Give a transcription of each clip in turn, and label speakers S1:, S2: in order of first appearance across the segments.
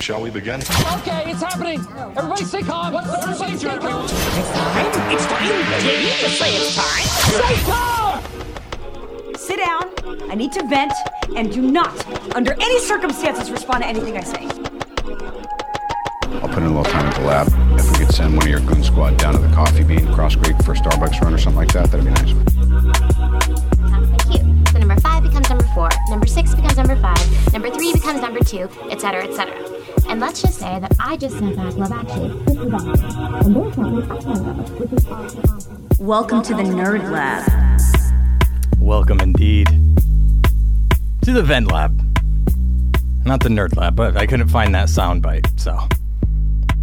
S1: Shall we begin?
S2: Okay, it's happening. Everybody stay calm. What's the procedure, everyone?
S3: Time? It's time. You need to say it's time.
S2: Stay calm!
S4: Sit down. I need to vent, and do not, under any circumstances, respond to anything I say.
S5: I'll put in a little time at the lab. If we could send one of your goon squad down to the coffee bean, Cross Creek for a Starbucks run or something like that, that'd be nice.
S6: Sounds pretty cute. So number five becomes number four, number six becomes number five, number three becomes number two, etc., etc. And let's just say that I just sent back Lavacci, Chris Lavacci, and they're sending us one which is awesome, awesome.
S4: Welcome to the Nerd Lab.
S7: Welcome indeed to the Vent Lab. Not the Nerd Lab, but I couldn't find that soundbite, so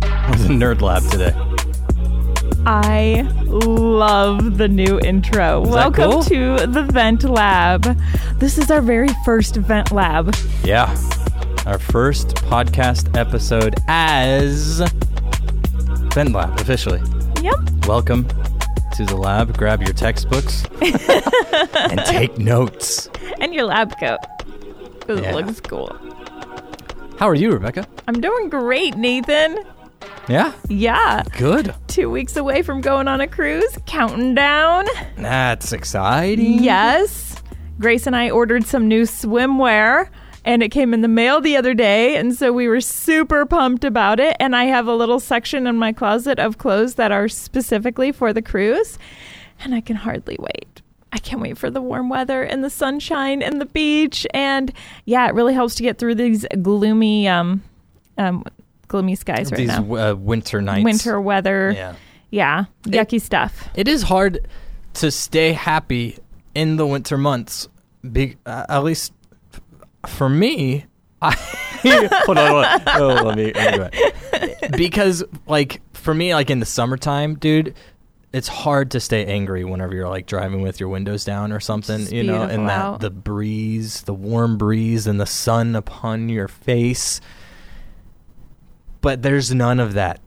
S7: it was a Nerd Lab today.
S8: I love the new intro. Welcome
S7: cool?
S8: to the Vent Lab. This is our very first Vent Lab.
S7: Yeah, our first podcast episode as Vent Lab officially.
S8: Yep.
S7: Welcome to the lab. Grab your textbooks and take notes.
S8: And your lab coat. This
S7: Yeah.
S8: looks cool.
S7: How are you, Rebecca?
S8: I'm doing great, Nathan.
S7: Yeah,
S8: Yeah.
S7: good.
S8: Two weeks away from going on a cruise. Counting down.
S7: That's exciting.
S8: Yes. Grace and I ordered some new swimwear. And it came in the mail the other day, and so we were super pumped about it. And I have a little section in my closet of clothes that are specifically for the cruise, and I can hardly wait. I can't wait for the warm weather and the sunshine and the beach. And yeah, it really helps to get through these gloomy, um, um, gloomy skies right
S7: These
S8: now.
S7: uh, winter nights.
S8: Winter weather,
S7: Yeah.
S8: yeah, yucky stuff.
S7: It is hard to stay happy in the winter months. Be, uh, at least f- for me, I hold on. Hold on. Oh, let me, let me go back. Because like for me, like in the summertime, dude, it's hard to stay angry whenever you're like driving with your windows down or something.
S8: just
S7: you know,
S8: beautiful
S7: and that
S8: out.
S7: the breeze, the warm breeze, and the sun upon your face. But there's none of that.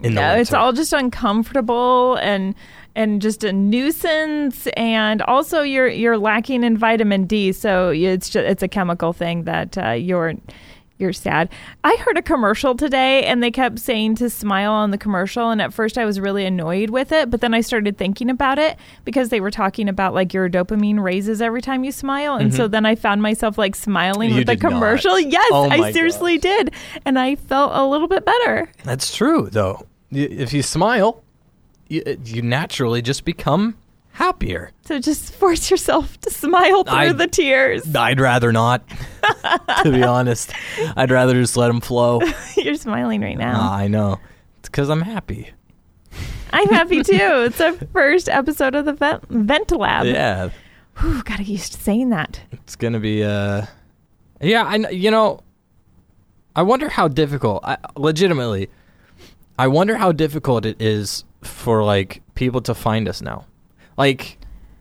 S7: In the
S8: No, it's
S7: winter.
S8: all just uncomfortable and and just a nuisance and also you're you're lacking in vitamin D so you- it's just, it's a chemical thing that uh, you're you're sad. I heard a commercial today and they kept saying to smile on the commercial and at first I was really annoyed with it but then I started thinking about it because they were talking about like your dopamine raises every time you smile and so then I found myself like smiling
S7: Mm-hmm. You
S8: with the
S7: did not.
S8: commercial. Yes,
S7: Oh my
S8: I seriously did and I felt a little bit better.
S7: That's true, though. Y- If you smile, you, you naturally just become happier.
S8: So just force yourself to smile through
S7: I-
S8: the tears.
S7: I'd rather not, to be honest. I'd rather just let them flow.
S8: You're smiling right now.
S7: Ah, I know. It's because I'm happy.
S8: I'm happy too. It's our first episode of the Vent, Vent Lab.
S7: Yeah,
S8: Ooh, gotta get used to saying that.
S7: it's gonna be. Uh, yeah, I. kn- You know, I wonder how difficult. I, legitimately, I wonder how difficult it is for like people to find us now. Like,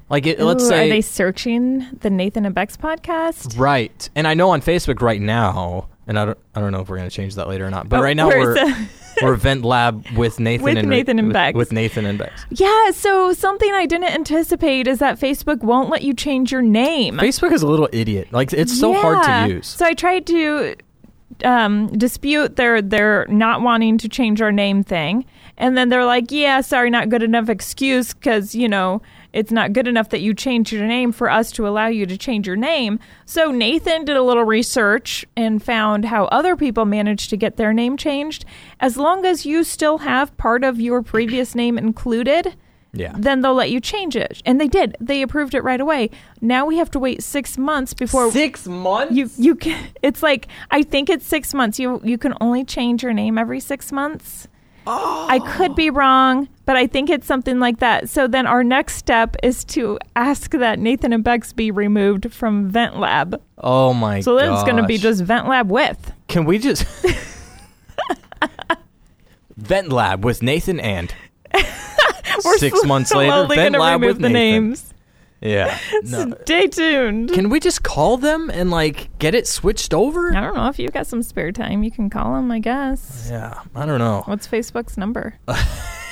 S7: like it, let's
S8: Ooh,
S7: say
S8: are they searching the Nathan and Bex podcast?
S7: Right. And I know on Facebook right now, and I don't, I don't know if we're going to change that later or not, but
S8: Oh,
S7: right now
S8: where's
S7: we're,
S8: the-
S7: we're Vent Lab with Nathan
S8: With
S7: and Ra-
S8: Nathan and
S7: with,
S8: Bex.
S7: With Nathan and Bex.
S8: Yeah, so something I didn't anticipate is that Facebook won't let you change your name.
S7: Facebook is a little idiot. Like, it's so hard to
S8: Yeah.
S7: use.
S8: So I tried to um, dispute their their not wanting to change our name thing, and then they're like, "Yeah, sorry, not good enough excuse because you know it's not good enough that you changed your name for us to allow you to change your name." So Nathan did a little research and found how other people managed to get their name changed. As long as you still have part of your previous name included,
S7: yeah.
S8: then they'll let you change it. And they did. They approved it right away. Now we have to wait six months before
S7: Six months?
S8: you you can. It's like I think it's six months. You you can only change your name every six months. I could be wrong, but I think it's something like that. So then our next step is to ask that Nathan and Bex be removed from Vent Lab.
S7: oh, my
S8: So then it's going to be
S7: gosh.
S8: just Vent Lab with.
S7: Can we just. Vent Lab with Nathan and.
S8: We're
S7: Six months later,
S8: slowly
S7: Vent
S8: gonna
S7: Lab
S8: remove
S7: with
S8: the
S7: Nathan.
S8: names.
S7: Yeah. No.
S8: Stay tuned.
S7: Can we just call them and, like, get it switched over?
S8: I don't know if you've got some spare time. You can call them, I guess.
S7: Yeah. I don't know.
S8: What's Facebook's number?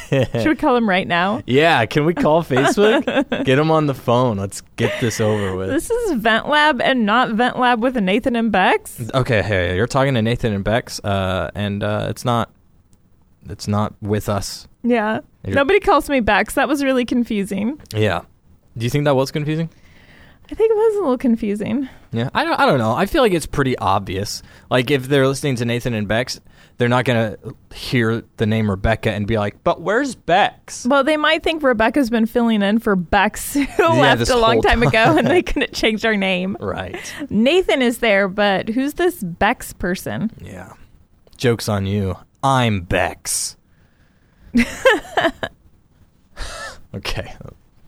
S8: Should we call him right now?
S7: Yeah, can we call Facebook? get them on the phone. Let's get this over with.
S8: This is Vent Lab and not Vent Lab with Nathan and Bex.
S7: Okay, hey, you're talking to Nathan and Bex, uh, and uh, it's not, it's not with us.
S8: Yeah.
S7: You're-
S8: Nobody calls me Bex. That was really confusing.
S7: Yeah. Do you think that was confusing?
S8: I think it was a little confusing.
S7: Yeah, I don't. I don't know. I feel like it's pretty obvious. Like if they're listening to Nathan and Bex, they're not gonna hear the name Rebecca and be like, "But where's Bex?"
S8: Well, they might think Rebecca's been filling in for Bex, who left
S7: this
S8: a long
S7: whole
S8: time ago and they couldn't change our name.
S7: Right.
S8: Nathan is there, but who's this Bex person?
S7: Yeah. Jokes on you. I'm Bex. okay.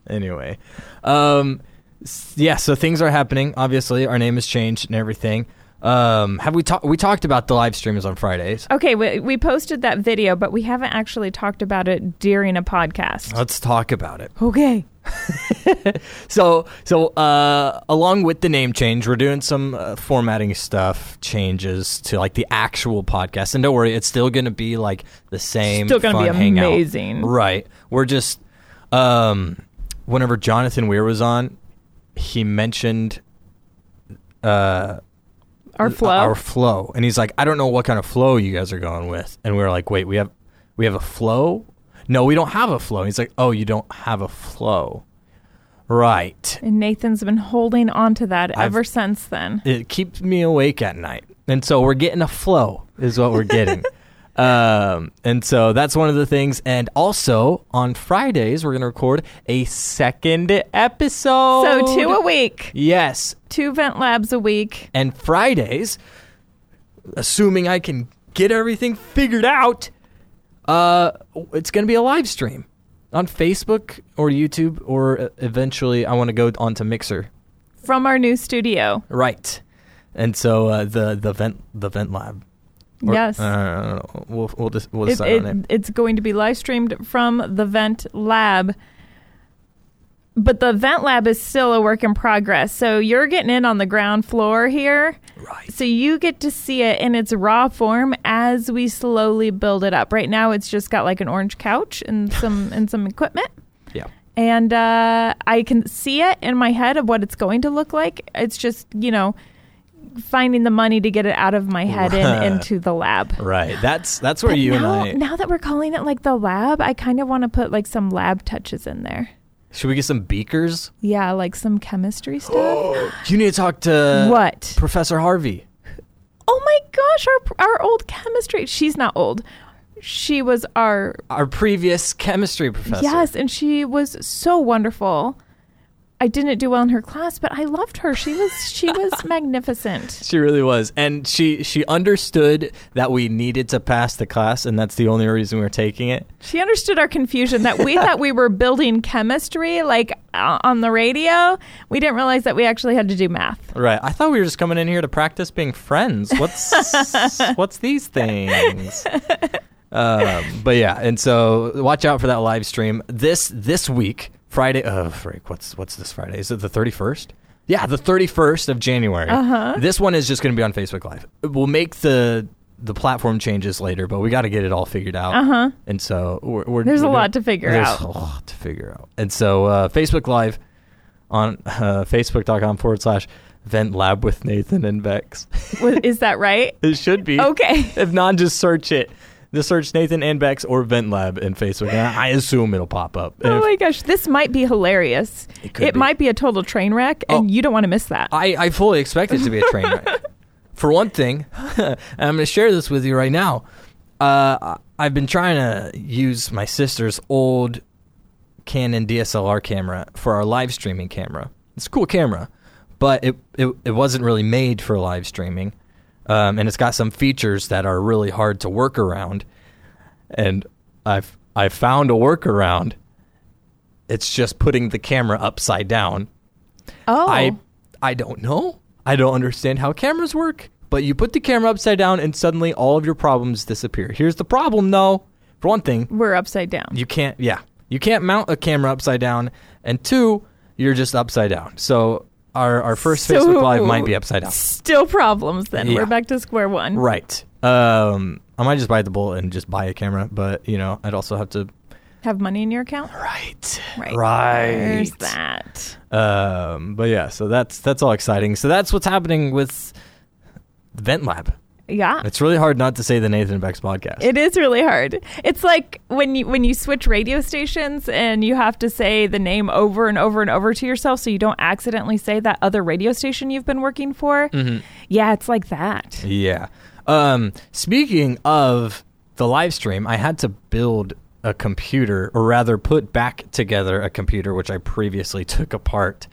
S7: Anyway, um, s- yeah. So things are happening. Obviously, our name has changed and everything. Um, have we talked? We talked about the live streams on Fridays.
S8: Okay, we, we posted that video, but we haven't actually talked about it during a podcast.
S7: Let's talk about it.
S8: Okay.
S7: So, so uh, along with the name change, we're doing some uh, formatting stuff, changes to like the actual podcast. And don't worry, it's still going to be like the same.
S8: Still gonna
S7: fun
S8: be
S7: hangout.
S8: amazing.
S7: right? We're just, um, whenever Jonathan Weir was on, he mentioned uh,
S8: Our flow.
S7: our flow, and he's like, "I don't know what kind of flow you guys are going with," and we were like, "Wait, we have, we have a flow? No, we don't have a flow." He's like, "Oh, you don't have a flow." Right.
S8: and Nathan's been holding on to that
S7: I've-
S8: ever since then.
S7: it keeps me awake at night. And so we're getting a flow is what we're getting. um, and so that's one of the things. And also on Fridays, we're going to record a second episode.
S8: So two a week,
S7: Yes.
S8: two vent labs a week.
S7: And Fridays, assuming I can get everything figured out, uh, it's going to be a live stream on Facebook or YouTube or uh, eventually I want to go onto Mixer.
S8: from our new studio.
S7: Right. And so uh, the the vent the vent lab. Or-
S8: yes.
S7: I don't know, I don't know. We'll we'll just we'll
S8: it,
S7: decide
S8: it-
S7: on it.
S8: it's going to be live streamed from the Vent Lab. But the Vent Lab is still a work in progress. So you're getting in on the ground floor here.
S7: Right.
S8: So you get to see it in its raw form as we slowly build it up. Right now it's just got like an orange couch and some and some equipment.
S7: Yeah.
S8: and uh, I can see it in my head of what it's going to look like. It's just you know finding the money to get it out of my head and into the lab.
S7: Right. That's that's where
S8: But
S7: you
S8: now,
S7: and I
S8: now that we're calling it like the lab, I kind of want to put like some lab touches in there.
S7: should we get some beakers? Oh,
S8: Yeah, like some chemistry stuff.
S7: You need to talk to
S8: What?
S7: Professor Harvey.
S8: oh my gosh, our our old chemistry. She's not old. She was our
S7: Our previous chemistry professor.
S8: Yes, and she was so wonderful. I didn't do well in her class, but I loved her. She was she was magnificent.
S7: She really was. And she she understood that we needed to pass the class and that's the only reason we are taking it.
S8: She understood our confusion that we thought we were building chemistry like uh, on the radio. We didn't realize that we actually had to do math.
S7: Right. I thought we were just coming in here to practice being friends. What's what's these things? Um, but yeah, and so watch out for that live stream this this week, Friday. Oh, freak! What's what's this Friday? Is it the thirty first? Yeah, the thirty first of January. Uh-huh. This one is just going to be on Facebook Live. We'll make the the platform changes later, but we got to get it all figured out. Uh huh. And so we're, we're
S8: Uh-huh. There's a
S7: we're
S8: lot to figure
S7: there's
S8: out.
S7: a lot to figure out. And so uh, Facebook Live on uh, facebook.com forward slash vent lab with Nathan and Bex.
S8: Wa- Is that right?
S7: it should be.
S8: Okay.
S7: If not, just search it. Just search Nathan and Bex or vent lab in Facebook. And I assume it'll pop up.
S8: Oh
S7: If-
S8: my gosh, this might be hilarious. It,
S7: could be.
S8: might be a total train wreck, and
S7: Oh.
S8: you don't want to miss that.
S7: I, I fully expect it to be a train wreck. For one thing, and I'm going to share this with you right now. Uh, I- I've been trying to use my sister's old Canon DSLR camera for our live streaming camera. It's a cool camera, but it it, it wasn't really made for live streaming, um, and it's got some features that are really hard to work around. And I've I found a workaround. It's just putting the camera upside down.
S8: oh,
S7: I I don't know. I don't understand how cameras work, but you put the camera upside down and suddenly all of your problems disappear. Here's the problem though. For one thing,
S8: we're upside down.
S7: you can't yeah. You can't mount a camera upside down and two, you're just upside down. So our our first
S8: So-
S7: Facebook live might be upside down.
S8: Still problems. Then
S7: Yeah.
S8: we're back to square one.
S7: Right. Um I might just bite the bullet and just buy a camera, but you know, I'd also have to
S8: have money in your account.
S7: Right.
S8: Right. There's
S7: Right.
S8: that.
S7: Um, but yeah, so that's that's all exciting. So that's what's happening with Vent Lab.
S8: Yeah.
S7: It's really hard not to say the Nathan Beck's podcast.
S8: It is really hard. It's like when you when you switch radio stations and you have to say the name over and over and over to yourself so you don't accidentally say that other radio station you've been working for.
S7: Mm-hmm.
S8: Yeah, it's like that.
S7: Yeah. Um, speaking of the live stream, I had to build a computer, or rather, put back together a computer which I previously took apart,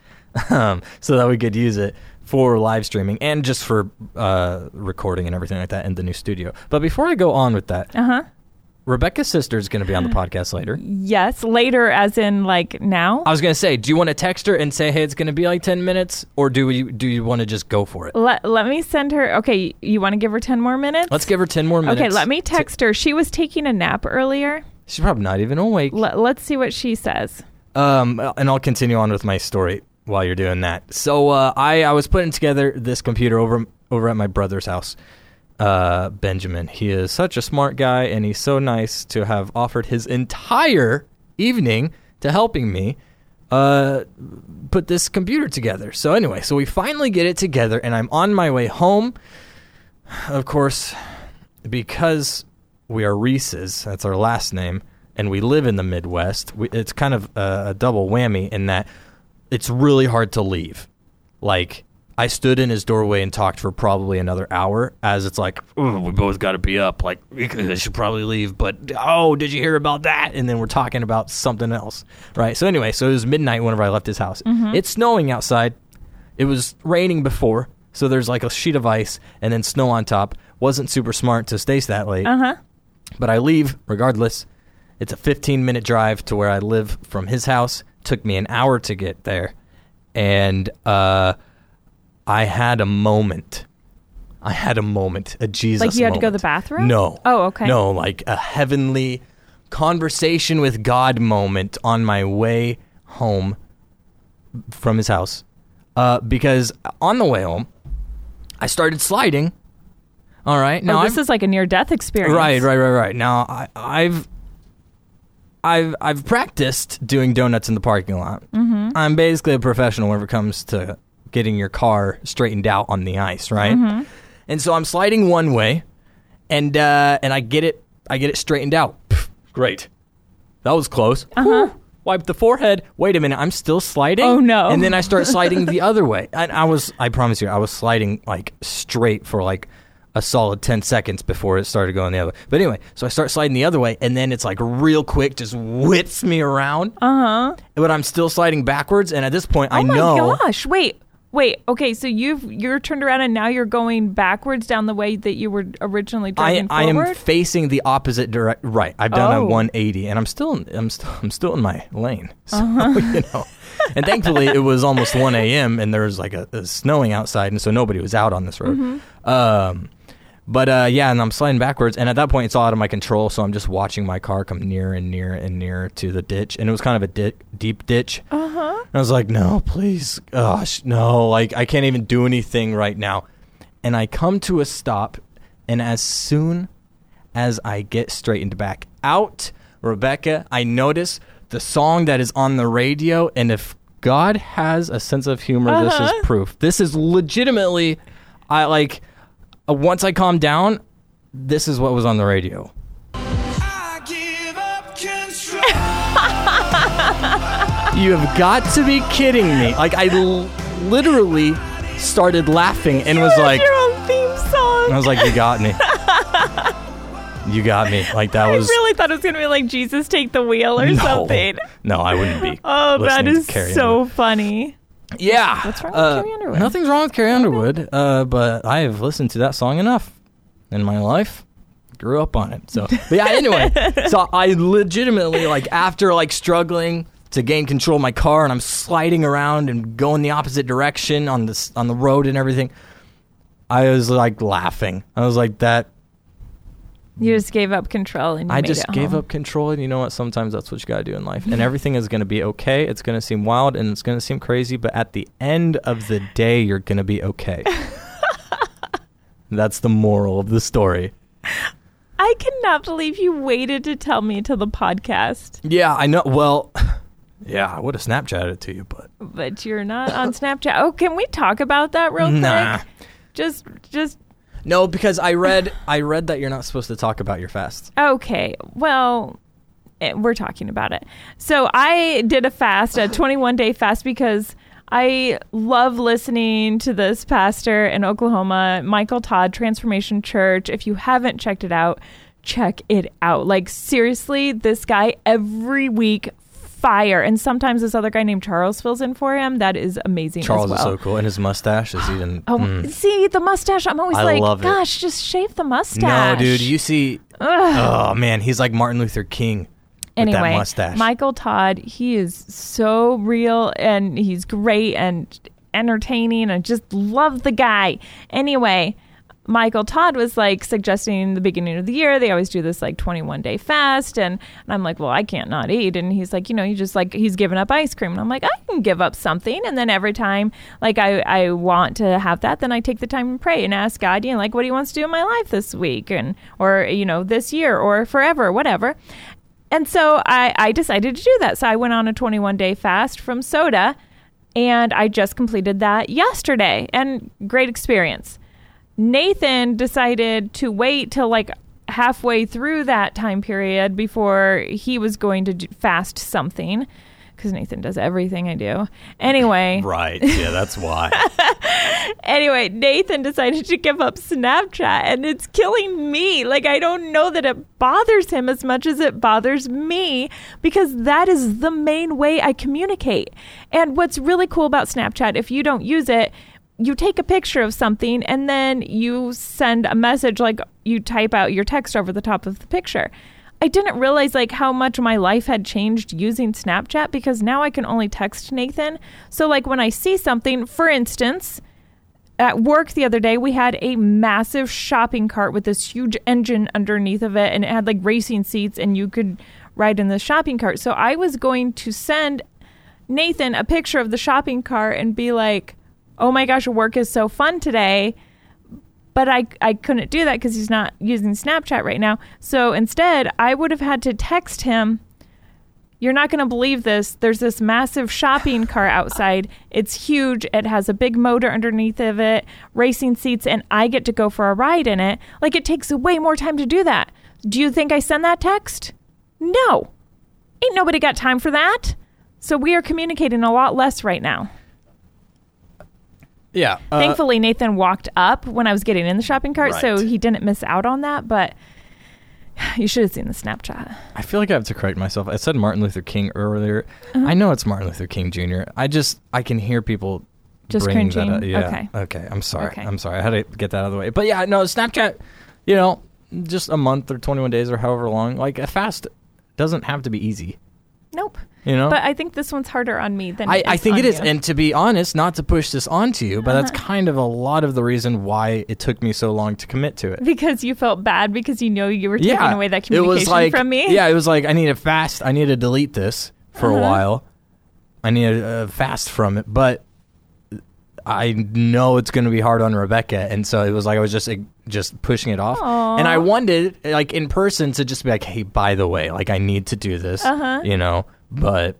S7: um, so that we could use it for live streaming and just for uh, recording and everything like that in the new studio. But before I go on with that,
S8: Uh-huh.
S7: Rebecca's sister is going to be on the podcast later.
S8: Yes, later as in like now.
S7: I was going to say, do you want to text her and say, "Hey, it's going to be like ten minutes," or do you do you want to just go for it?
S8: Let, let me send her. Okay, you want to give her 10 more minutes?
S7: Let's give her ten more minutes.
S8: Okay, let me text her. She was taking a nap earlier.
S7: She's probably not even awake.
S8: Let, let's see what she says.
S7: Um, and I'll continue on with my story while you're doing that. So uh, I I was putting together this computer over over at my brother's house. Uh, Benjamin, he is such a smart guy, and he's so nice to have offered his entire evening to helping me uh, put this computer together. So anyway, so we finally get it together, and I'm on my way home. Of course, because we are Reese's, that's our last name, and we live in the Midwest, we, it's kind of a, a double whammy in that it's really hard to leave. Like, I stood in his doorway and talked for probably another hour as it's like, "Ooh, we both got to be up. Like, we c- we should probably leave, but oh, did you hear about that? And then we're talking about something else, right? So, anyway, so it was midnight whenever I left his house. It's snowing outside. It was raining before, so there's like a sheet of ice and then snow on top. Wasn't super smart to stay that late. Uh
S8: Uh-huh.
S7: huh. But I leave regardless. It's a 15 minute drive to where I live from his house. Took me an hour to get there, and uh, I had a moment. I had a moment, a Jesus.
S8: Like you had to go to
S7: moment.
S8: the bathroom?
S7: No.
S8: Oh, okay.
S7: No, like a heavenly conversation with God moment on my way home from his house uh, because on the way home, I started sliding. All right, now
S8: oh, this
S7: I'm-
S8: is like a near death experience.
S7: right, right, right, right. Now I, I've, I've, I've practiced doing donuts in the parking lot. Mm-hmm. I'm basically a professional whenever it comes to getting your car straightened out on the ice, right? And so I'm sliding one way, and uh, and I get it, I get it straightened out. Pff, Great, that was close. Whew. Wipe the forehead. Wait a minute, I'm still sliding.
S8: Uh-huh. Oh, no.
S7: And then I start sliding the other way. And I was, I promise you, I was sliding like straight for like a solid 10 seconds before it started going the other way. But anyway, so I start sliding the other way, and then it's like real quick, just whips me around. Uh huh. But I'm still sliding backwards, and at this point, I
S8: Uh-huh. Oh my
S7: know.
S8: gosh! Wait, wait. Okay, so you've you're turned around and now you're going backwards down the way that you were originally
S7: I,
S8: driving
S7: I
S8: forward.
S7: am facing the opposite direct. Right, I've done
S8: Oh.
S7: a 180, and I'm still in, I'm still I'm still in my lane. So you know, and thankfully it was almost 1 a.m. and there was like a, a snowing outside, and so nobody was out on this road. Um, but uh, yeah, and I'm sliding backwards, and at that point it's all out of my control, so I'm just watching my car come near and near and near to the ditch, and it was kind of a di- deep ditch. Uh huh. I was like, no, please, gosh, no, like I can't even do anything right now and I come to a stop, and as soon as I get straightened back out, Rebecca, I notice the song that is on the radio, and if God has a sense of humor, this is proof. This is legitimately, I like. uh, Once I calm down, this is what was on the radio. You have got to be kidding me! Like I l- literally started laughing and was like,
S8: your own theme song.
S7: and I was like, "You got me. you got me." Like that
S8: I
S7: was
S8: really thought it was gonna be like Jesus take the wheel or
S7: no,
S8: something.
S7: no, I wouldn't be.
S8: Oh, that
S7: listening to
S8: is
S7: Carrie
S8: so
S7: Underwood.
S8: funny.
S7: yeah.
S8: What's wrong with
S7: Uh,
S8: Carrie Underwood?
S7: Nothing's wrong with Carrie Underwood, uh, but I have listened to that song enough in my life. Grew up on it, so but yeah. Anyway, so I legitimately like after like struggling to gain control of my car, and I'm sliding around and going the opposite direction on this on the road and everything. I was like laughing. I was like, "That
S8: You just gave up control and you
S7: I
S8: made
S7: just
S8: it
S7: gave
S8: home.
S7: up control, and you know what? Sometimes that's what you got to do in life. And everything is going to be okay. It's going to seem wild and it's going to seem crazy, but at the end of the day, you're going to be okay. that's the moral of the story.
S8: I cannot believe you waited to tell me till the podcast,
S7: Yeah, I know. Well, yeah, I would have Snapchatted it to you, but
S8: but you're not on Snapchat. Oh, can we talk about that real
S7: Nah.
S8: quick? Just, just
S7: no, because I read I read that you're not supposed to talk about your fast.
S8: Okay. Well, eh, we're talking about it. So I did a fast, a 21 day fast, because I love listening to this pastor in Oklahoma, Michael Todd, Transformation Church. If you haven't checked it out, check it out. Like, seriously, this guy every week. Fire and sometimes this other guy named Charles fills in for him. That is amazing. as
S7: Charles is
S8: well.
S7: so cool, and his mustache is even. Mm.
S8: Oh, see the mustache. I'm always
S7: I
S8: like,
S7: love it.
S8: gosh, just shave the
S7: no,
S8: mustache.
S7: dude, you see. Oh man, he's like Martin Luther King. with that
S8: anyway,
S7: mustache.
S8: Michael Todd, he is so real and he's great and entertaining. I just love the guy. Anyway, Michael Todd was like suggesting in the beginning of the year, they always do this like 21 day fast. And, and I'm like, well, I can't not eat. And he's like, you know, you just like, he's giving up ice cream. And I'm like, I can give up something. And then every time, like, I, I want to have that, then I take the time and pray and ask God, you know, like what he wants to do in my life this week and, or, you know, this year or forever, whatever. And so I, I decided to do that. So I went on a 21 day fast from soda, and I just completed that yesterday. And great experience. Nathan decided to wait till like halfway through that time period before he was going to do- fast something because Nathan does everything I do. Anyway,
S7: Right. Yeah, that's why.
S8: anyway, Nathan decided to give up Snapchat and it's killing me. Like, I don't know that it bothers him as much as it bothers me because that is the main way I communicate. And what's really cool about Snapchat, if you don't use it, you take a picture of something and then you send a message, like you type out your text over the top of the picture. I didn't realize like how much my life had changed using Snapchat because now I can only text Nathan. So like when I see something, for instance, at work the other day, we had a massive shopping cart with this huge engine underneath of it, and it had like racing seats, and you could ride in the shopping cart. So I was going to send Nathan a picture of the shopping cart and be like, "Oh my gosh, work is so fun today." But I, I couldn't do that because he's not using Snapchat right now. So instead, I would have had to text him you're not going to believe this. There's this massive shopping car outside. It's huge. It has a big motor underneath of it, racing seats, and I get to go for a ride in it. Like it takes way more time to do that. Do you think I send that text? No. Ain't nobody got time for that. So we are communicating a lot less right now.
S7: yeah. uh,
S8: Thankfully, Nathan walked up when I was getting in the shopping cart, so
S7: Right.
S8: he didn't miss out on that, but you should have seen the Snapchat.
S7: I feel like I have to correct myself. I said Martin Luther King earlier.
S8: Uh-huh.
S7: I know it's Martin Luther King Jr. I just I can hear people
S8: Just
S7: bringing
S8: cringing.
S7: That up. Yeah.
S8: Okay.
S7: Okay. I'm sorry.
S8: Okay.
S7: I'm sorry. I had to get that out of the way. But yeah, no Snapchat. You know, just a month or 21 days or however long. Like a fast doesn't have to be easy.
S8: Nope.
S7: You know.
S8: But I think this one's harder on me than
S7: I,
S8: it
S7: I think
S8: on
S7: it is.
S8: you.
S7: And to be honest, not to push this onto you, but that's
S8: Uh-huh.
S7: kind of a lot of the reason why it took me so long to commit to it.
S8: because you felt bad because you know you were taking away that communication
S7: it was like,
S8: from me. Uh-huh.
S7: Yeah, it was like I need to fast. I need to delete this for a while. I need to uh, fast from it, but I know it's going to be hard on Rebecca, and so it was like I was just like, just pushing it off. And I wanted like in person to just be like, hey, by the way, like I need to do this,
S8: Uh-huh.
S7: you know, but.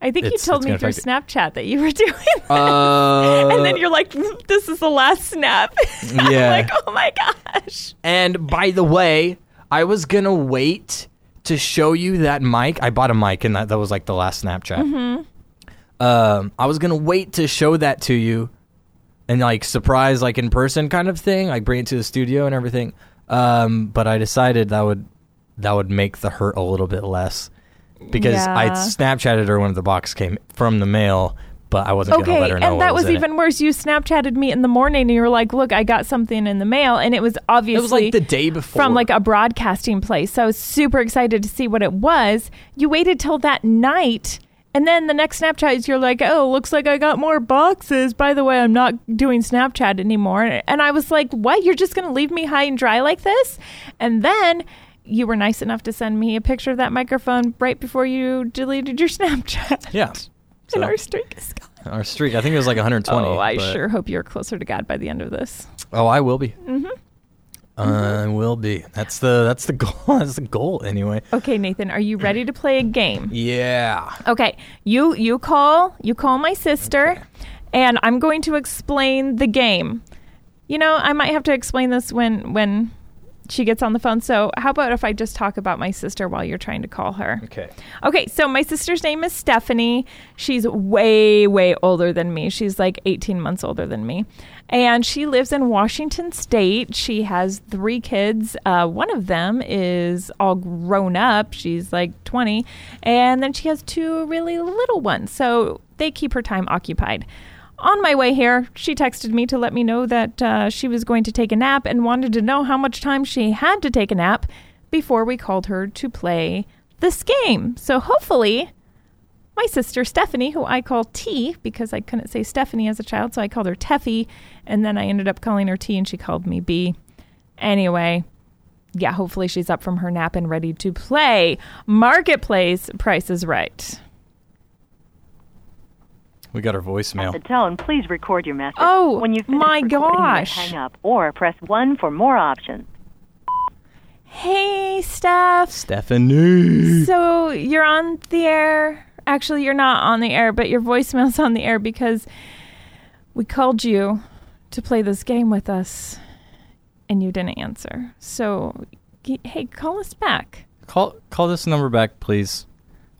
S8: I think you
S7: It's-
S8: told
S7: it's
S8: me
S7: gonna
S8: through Snapchat that you were doing that.
S7: Uh,
S8: and then you're like, "Mm, this is the last snap. I'm
S7: Yeah.
S8: like, oh my gosh.
S7: And by the way, I was gonna wait to show you that mic. I bought a mic, and that, that was like the last Snapchat.
S8: Mm-hmm.
S7: Um, I was gonna wait to show that to you, and like surprise, like in person kind of thing, like bring it to the studio and everything. Um, but I decided that would that would make the hurt a little bit less because I
S8: Yeah.
S7: Snapchatted her when the box came from the mail, but I wasn't gonna
S8: Okay.
S7: let her know.
S8: And
S7: what
S8: that
S7: was,
S8: was
S7: in it.
S8: even worse. You Snapchatted me in the morning and you were like, look, I got something in the mail. And it was obviously.
S7: It was like the day before
S8: from like a broadcasting place. So I was super excited to see what it was. You waited till that night. And then the next Snapchat is you're like, oh, looks like I got more boxes. By the way, I'm not doing Snapchat anymore. And I was like, what? You're just going to leave me high and dry like this? And then you were nice enough to send me a picture of that microphone right before you deleted your Snapchat.
S7: yeah. So,
S8: And our streak is gone.
S7: our streak. I think it was like 120.
S8: Oh, I
S7: but-
S8: sure hope you're closer to God by the end of this.
S7: Oh, I will be. Mm-hmm. I will be. That's the that's the goal. That's the goal anyway.
S8: Okay, Nathan, are you ready to play a game?
S7: Yeah.
S8: Okay, you you call you call my sister, and I'm going to explain the game. You know, I might have to explain this when when she gets on the phone. So, how about if I just talk about my sister while you're trying to call her?
S7: Okay.
S8: Okay, so my sister's name is Stephanie. She's way, way older than me. She's like 18 months older than me. And she lives in Washington State. She has three kids. Uh, one of them is all grown up, she's like 20. And then she has two really little ones. So they keep her time occupied. On my way here, she texted me to let me know that uh, she was going to take a nap and wanted to know how much time she had to take a nap before we called her to play this game. So hopefully, my sister Stephanie, who I call T because I couldn't say Stephanie as a child, so I called her Teffy, and then I ended up calling her T and she called me B. Anyway, yeah, hopefully she's up from her nap and ready to play. Marketplace Price is Right.
S7: We got her voicemail.
S1: At the tone, please record your message.
S8: Oh,
S1: when you finish
S8: my
S1: recording, you may
S8: gosh.
S1: hang up or press one for more options.
S8: Hey, Steph.
S7: Stephanie.
S8: So you're on the air. Actually, you're not on the air, but your voicemail's on the air because we called you to play this game with us and you didn't answer. So, g- hey, call us back.
S7: Call call this number back, please,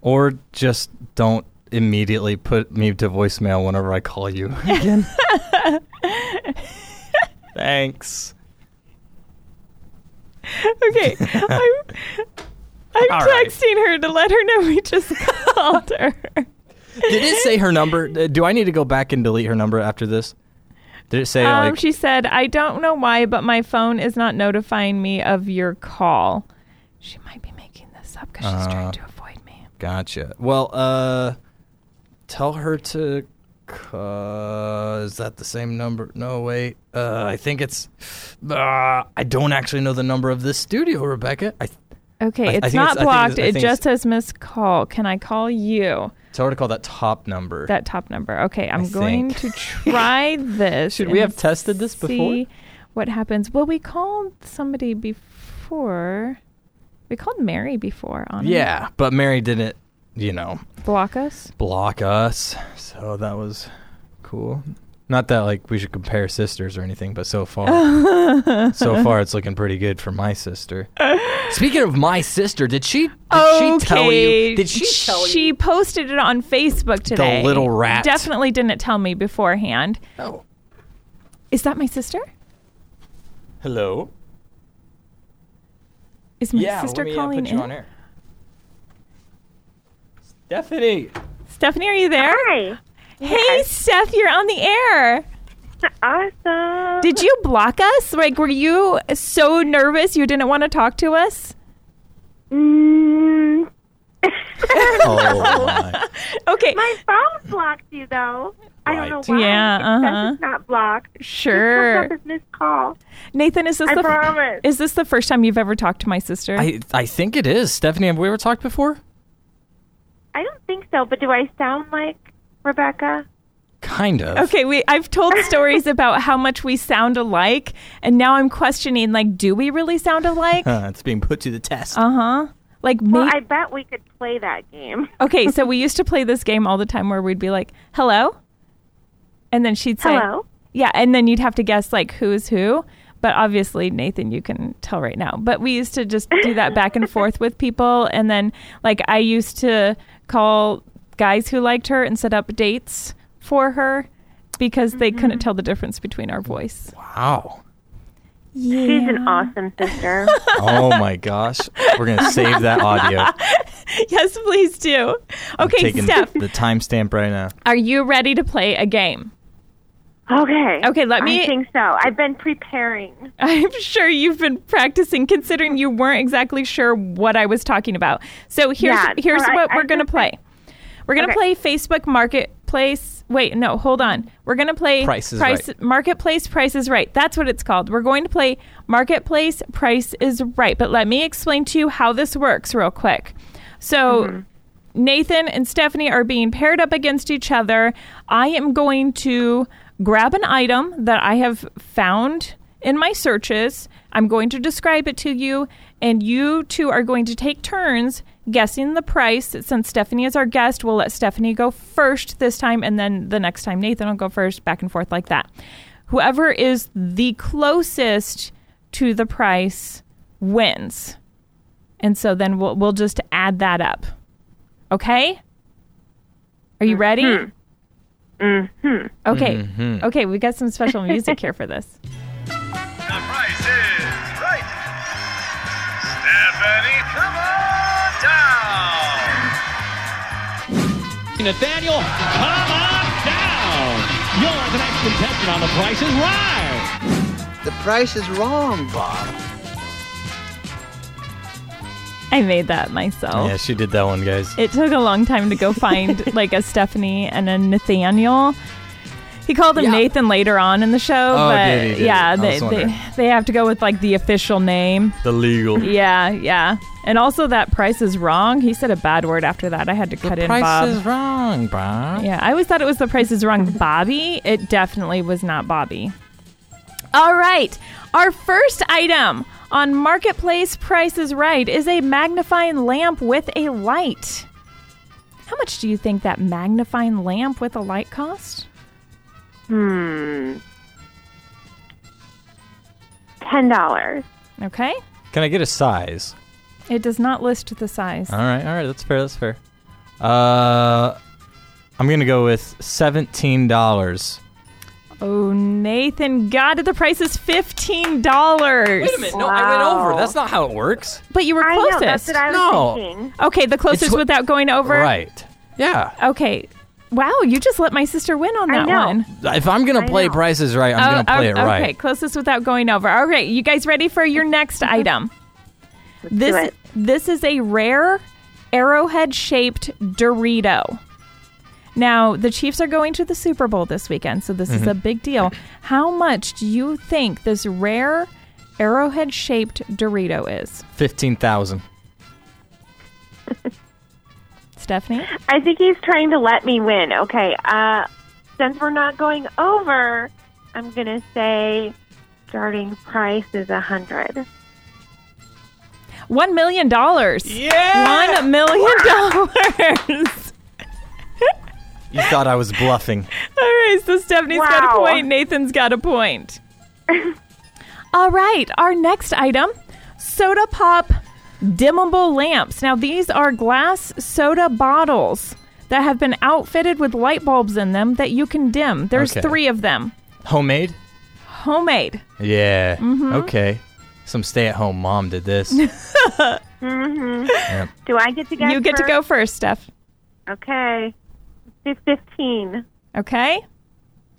S7: or just don't immediately put me to voicemail whenever I call you again. Thanks.
S8: Okay. I'm, I'm
S7: All right.
S8: texting her to let her know we just called her.
S7: Did it say her number? Uh, Do I need to go back and delete her number after this? Did it say
S8: Um,
S7: like
S8: she said, I don't know why, but my phone is not notifying me of your call. She might be making this up because she's trying to avoid me.
S7: Gotcha. Well, uh, tell her to. Uh, is that the same number? No, wait. Uh, I think it's. Uh, I don't actually know the number of this studio, Rebecca. I
S8: Okay,
S7: I- I
S8: it's
S7: think
S8: not
S7: it's- I think
S8: blocked.
S7: it's- I
S8: It
S7: think
S8: just says missed call. Can I call you?
S7: tell her to call that top number.
S8: That top number. Okay, I'm
S7: I
S8: going to
S7: think.
S8: try this.
S7: Should we
S8: and
S7: have tested this before?
S8: See what happens. Well, we called somebody before. We called Mary before on
S7: yeah, but Mary didn't, you know,
S8: block us.
S7: block us. So that was cool. Not that like we should compare sisters or anything, but so far, so far it's looking pretty good for my sister. Speaking of my sister, did she? Did she tell you? Did she tell you?
S8: She posted it on Facebook today.
S7: little rat.
S8: definitely didn't tell me beforehand.
S7: Oh.
S8: Is that my sister?
S7: Hello.
S8: Is my sister
S9: uh,
S7: uh,
S8: calling in?
S7: air. Stephanie.
S8: Stephanie, are you there?
S9: Hi.
S8: Hey, Steph, you're on the air.
S9: Awesome.
S8: Did you block us? Like, were you so nervous you didn't want to talk to us?
S9: Mm,
S7: Oh my.
S8: Okay,
S9: my phone blocked you though. I don't know
S7: Right.
S9: why.
S8: Yeah,
S9: It says
S8: uh-huh.
S9: it's not blocked. It comes up
S8: sure.
S9: as missed call.
S8: Nathan, is this
S9: I
S8: the
S9: promise.
S8: is this the first time you've ever talked to my sister?
S7: I I think it is Stephanie. Have we ever talked before?
S9: I don't think so, but do I sound like Rebecca?
S7: Kind of.
S8: okay, we I've told stories about how much we sound alike, and now I'm questioning like, do we really sound alike?
S7: Uh, it's being put to the test.
S8: Uh huh. Like me.
S9: Well, I bet we could play that game.
S8: okay, so we used to play this game all the time where we'd be like, "Hello," and then she'd say,
S9: Hello.
S8: Yeah, and then you'd have to guess like who's who. But obviously, Nathan, you can tell right now. But we used to just do that back and forth with people, and then like I used to call guys who liked her and set up dates for her because they couldn't tell the difference between our voice.
S7: Wow.
S9: She's an awesome sister.
S7: Oh my gosh. We're gonna save that audio.
S8: yes, please do. Okay,
S7: Taking
S8: Steph,
S7: the timestamp right now.
S8: are you ready to play a game?
S9: okay.
S8: Okay, let me-
S9: I think so. I've been preparing.
S8: I'm sure you've been practicing, considering you weren't exactly sure what I was talking about. So here's
S9: Yeah,
S8: here's
S9: so I-
S8: what
S9: I
S8: we're gonna
S9: just-
S8: play. We're gonna
S9: Okay.
S8: play Facebook Marketplace. Wait, no, hold on. We're gonna play
S7: Price is Right.
S8: Marketplace Price is Right. That's what it's called. We're going to play Marketplace Price is Right. But let me explain to you how this works real quick. So. Nathan and Stephanie are being paired up against each other. I am going to grab an item that I have found in my searches. I'm going to describe it to you, and you two are going to take turns guessing the price. Since Stephanie is our guest, we'll let Stephanie go first this time, and then the next time Nathan will go first, back and forth like that. Whoever is the closest to the price wins. And so then we'll, we'll just add that up. Okay? Are you ready? Mm-hmm. Okay.
S7: Mm-hmm.
S8: Okay, we got some special music here for this.
S10: The price is right. Stephanie, come on down.
S2: Nathaniel, come on down. You're the next contestant on The Price is Right.
S11: The price is wrong, Bob.
S8: I made that myself.
S7: Yeah, she did that one, guys.
S8: It took a long time to go find like a Stephanie and a Nathaniel. He called him Nathan later on in the show,
S7: Oh,
S8: but
S7: did he? Did he? I
S8: yeah,
S7: was
S8: they,
S7: wondering.
S8: they they have to go with like the official name.
S7: The legal.
S8: Yeah, yeah. And also that price is wrong. He said a bad word after that. I had to cut in
S7: Price
S8: Bob.
S7: is wrong, Bob.
S8: Yeah, I always thought it was the price is wrong, Bobby. It definitely was not Bobby. All right. Our first item on Marketplace Price is Right is a magnifying lamp with a light. How much do you think that magnifying lamp with a light cost?
S9: Ten dollars.
S8: Okay.
S7: Can I get a size?
S8: It does not list the size.
S7: All right, all right, that's fair, that's fair. Uh, I'm gonna go with seventeen dollars.
S8: Oh, Nathan got it. The price is $15.
S7: no, I went over. That's not how it works.
S8: But you were
S9: I know. That's
S8: closest.
S9: what I was
S7: No.
S9: thinking.
S8: okay, the closest
S7: wh-
S8: without going over.
S7: Right? Yeah.
S8: Okay. Wow, you just let my sister win on that
S9: know.
S8: one.
S7: If I'm gonna play prices right, I'm gonna play
S8: oh,
S7: it right.
S8: Okay, closest without going over. All right, you guys ready for your next item? This
S9: it.
S8: this is a rare arrowhead shaped Dorito. Now, the Chiefs are going to the Super Bowl this weekend, so this
S7: Mm-hmm.
S8: is a big deal. How much do you think this rare arrowhead shaped Dorito is?
S7: Fifteen thousand.
S8: Stephanie?
S9: I think he's trying to let me win. Okay. Uh, since we're not going over, I'm gonna say starting price is a hundred.
S8: One million dollars.
S7: Yeah.
S8: One million dollars.
S7: You thought I was bluffing.
S8: All right, so Stephanie's got a
S9: Wow.
S8: point. Nathan's got a point. All right, our next item soda pop dimmable lamps. Now, these are glass soda bottles that have been outfitted with light bulbs in them that you can dim. There's
S7: Okay.
S8: three of them,
S7: Homemade?
S8: homemade.
S7: Yeah.
S8: Mm-hmm.
S7: Okay. Some stay-at-home mom did this.
S9: Do I get to guess?
S8: you get to
S9: first?
S8: go first, Steph.
S9: Okay. Fif- Fifteen.
S8: Okay?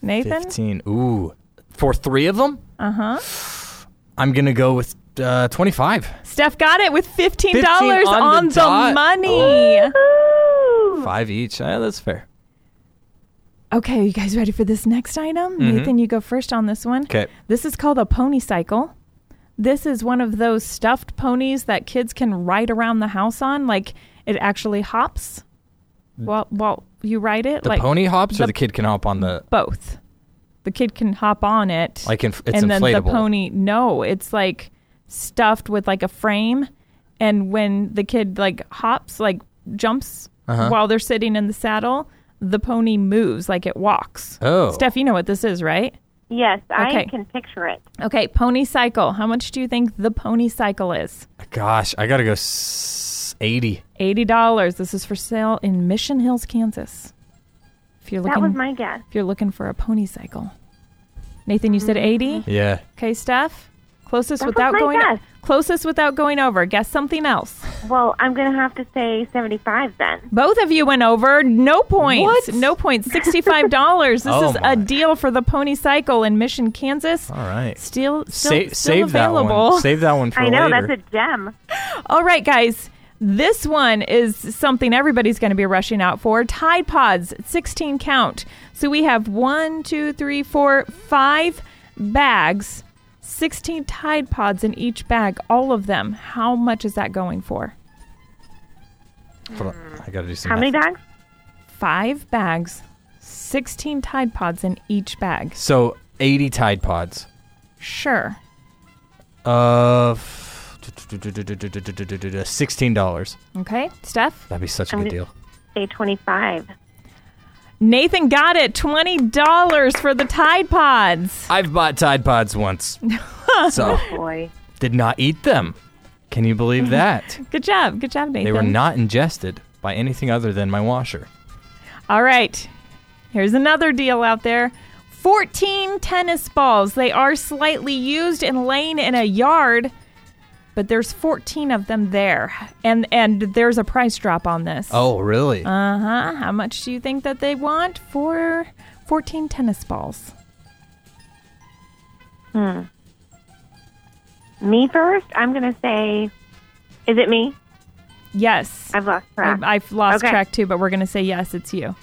S8: Nathan?
S7: Fifteen. Ooh. For three of them? Uh huh. I'm gonna go with uh, twenty-five.
S8: Steph got it with $15
S7: $15
S8: on,
S7: on the
S8: the,
S7: dot. Oh.
S8: money.
S7: Five each. Yeah, that's fair.
S8: Okay, you guys ready for this next item?
S7: Mm-hmm.
S8: Nathan, you go first on this one.
S7: 'Kay.
S8: This is called a pony cycle. This is one of those stuffed ponies that kids can ride around the house on. Like it actually hops while while you ride it.
S7: Mm. The
S8: like
S7: pony hops,
S8: the-
S7: or the kid can hop on the
S8: both. The kid can hop on it.
S7: Like inf- it's
S8: and then the
S7: inflatable.
S8: pony. No, it's like stuffed with like a frame, and when the kid like hops, like jumps
S7: Uh-huh.
S8: while they're sitting in the saddle, the pony moves like it walks.
S7: Oh.
S8: Steph, you know what this is, right?
S9: Yes, I
S8: Okay.
S9: can picture it.
S8: Okay, pony cycle. How much do you think the pony cycle is?
S7: Gosh, I gotta go s- eighty.
S8: Eighty dollars. This is for sale in Mission Hills, Kansas. If you're
S9: That
S8: looking,
S9: was my guess.
S8: if you're looking for a pony cycle, Nathan, you said eighty.
S7: Yeah.
S8: Okay, Steph. Closest
S9: Mm-hmm. That was
S8: without
S9: my
S8: going
S9: guess.
S8: closest without going over. Guess something else.
S9: Well, I'm gonna have to say seventy-five then.
S8: Both of you went over. No points. No points. Sixty-five dollars. this
S7: Oh
S8: is
S7: my.
S8: a deal for the Pony Cycle in Mission, Kansas.
S7: All right.
S8: Still, still,
S7: Sa-
S8: still
S7: save
S8: available.
S7: that one. Save that one for
S9: I know
S7: later.
S9: that's a gem.
S8: All right, guys. This one is something everybody's going to be rushing out for. Tide Pods, 16 count. So we have one, two, three, four, five bags, 16 Tide Pods in each bag, all of them. How much is that going for?
S7: Hold on, I gotta do some.
S9: How many
S7: math.
S9: dogs?
S8: Five bags, 16 Tide Pods in each bag.
S7: So eighty Tide Pods.
S8: Sure.
S7: Uh, f- sixteen dollars.
S8: Okay, Steph.
S7: That'd be such a
S9: I'm
S7: good
S9: gonna-
S7: deal.
S9: Say 25.
S8: Nathan got it. Twenty dollars for the Tide Pods.
S7: I've bought Tide Pods once, so
S9: Boy.
S7: did not eat them. Can you
S8: Mm-hmm.
S7: believe that?
S8: Good job. Good job, Nathan.
S7: They were not ingested by anything other than my washer.
S8: All right. Here's another deal out there 14 tennis balls. They are slightly used and laying in a yard, but there's 14 of them there. And and there's a price drop on this.
S7: Oh, really?
S8: Uh huh. How much do you think that they want for 14 tennis balls?
S9: Hmm. Me first? I'm going to say, is it me?
S8: Yes.
S9: I've lost
S7: Ah.
S9: track.
S8: I, have lost
S9: Okay.
S8: track too, but we're going to say yes, it's you.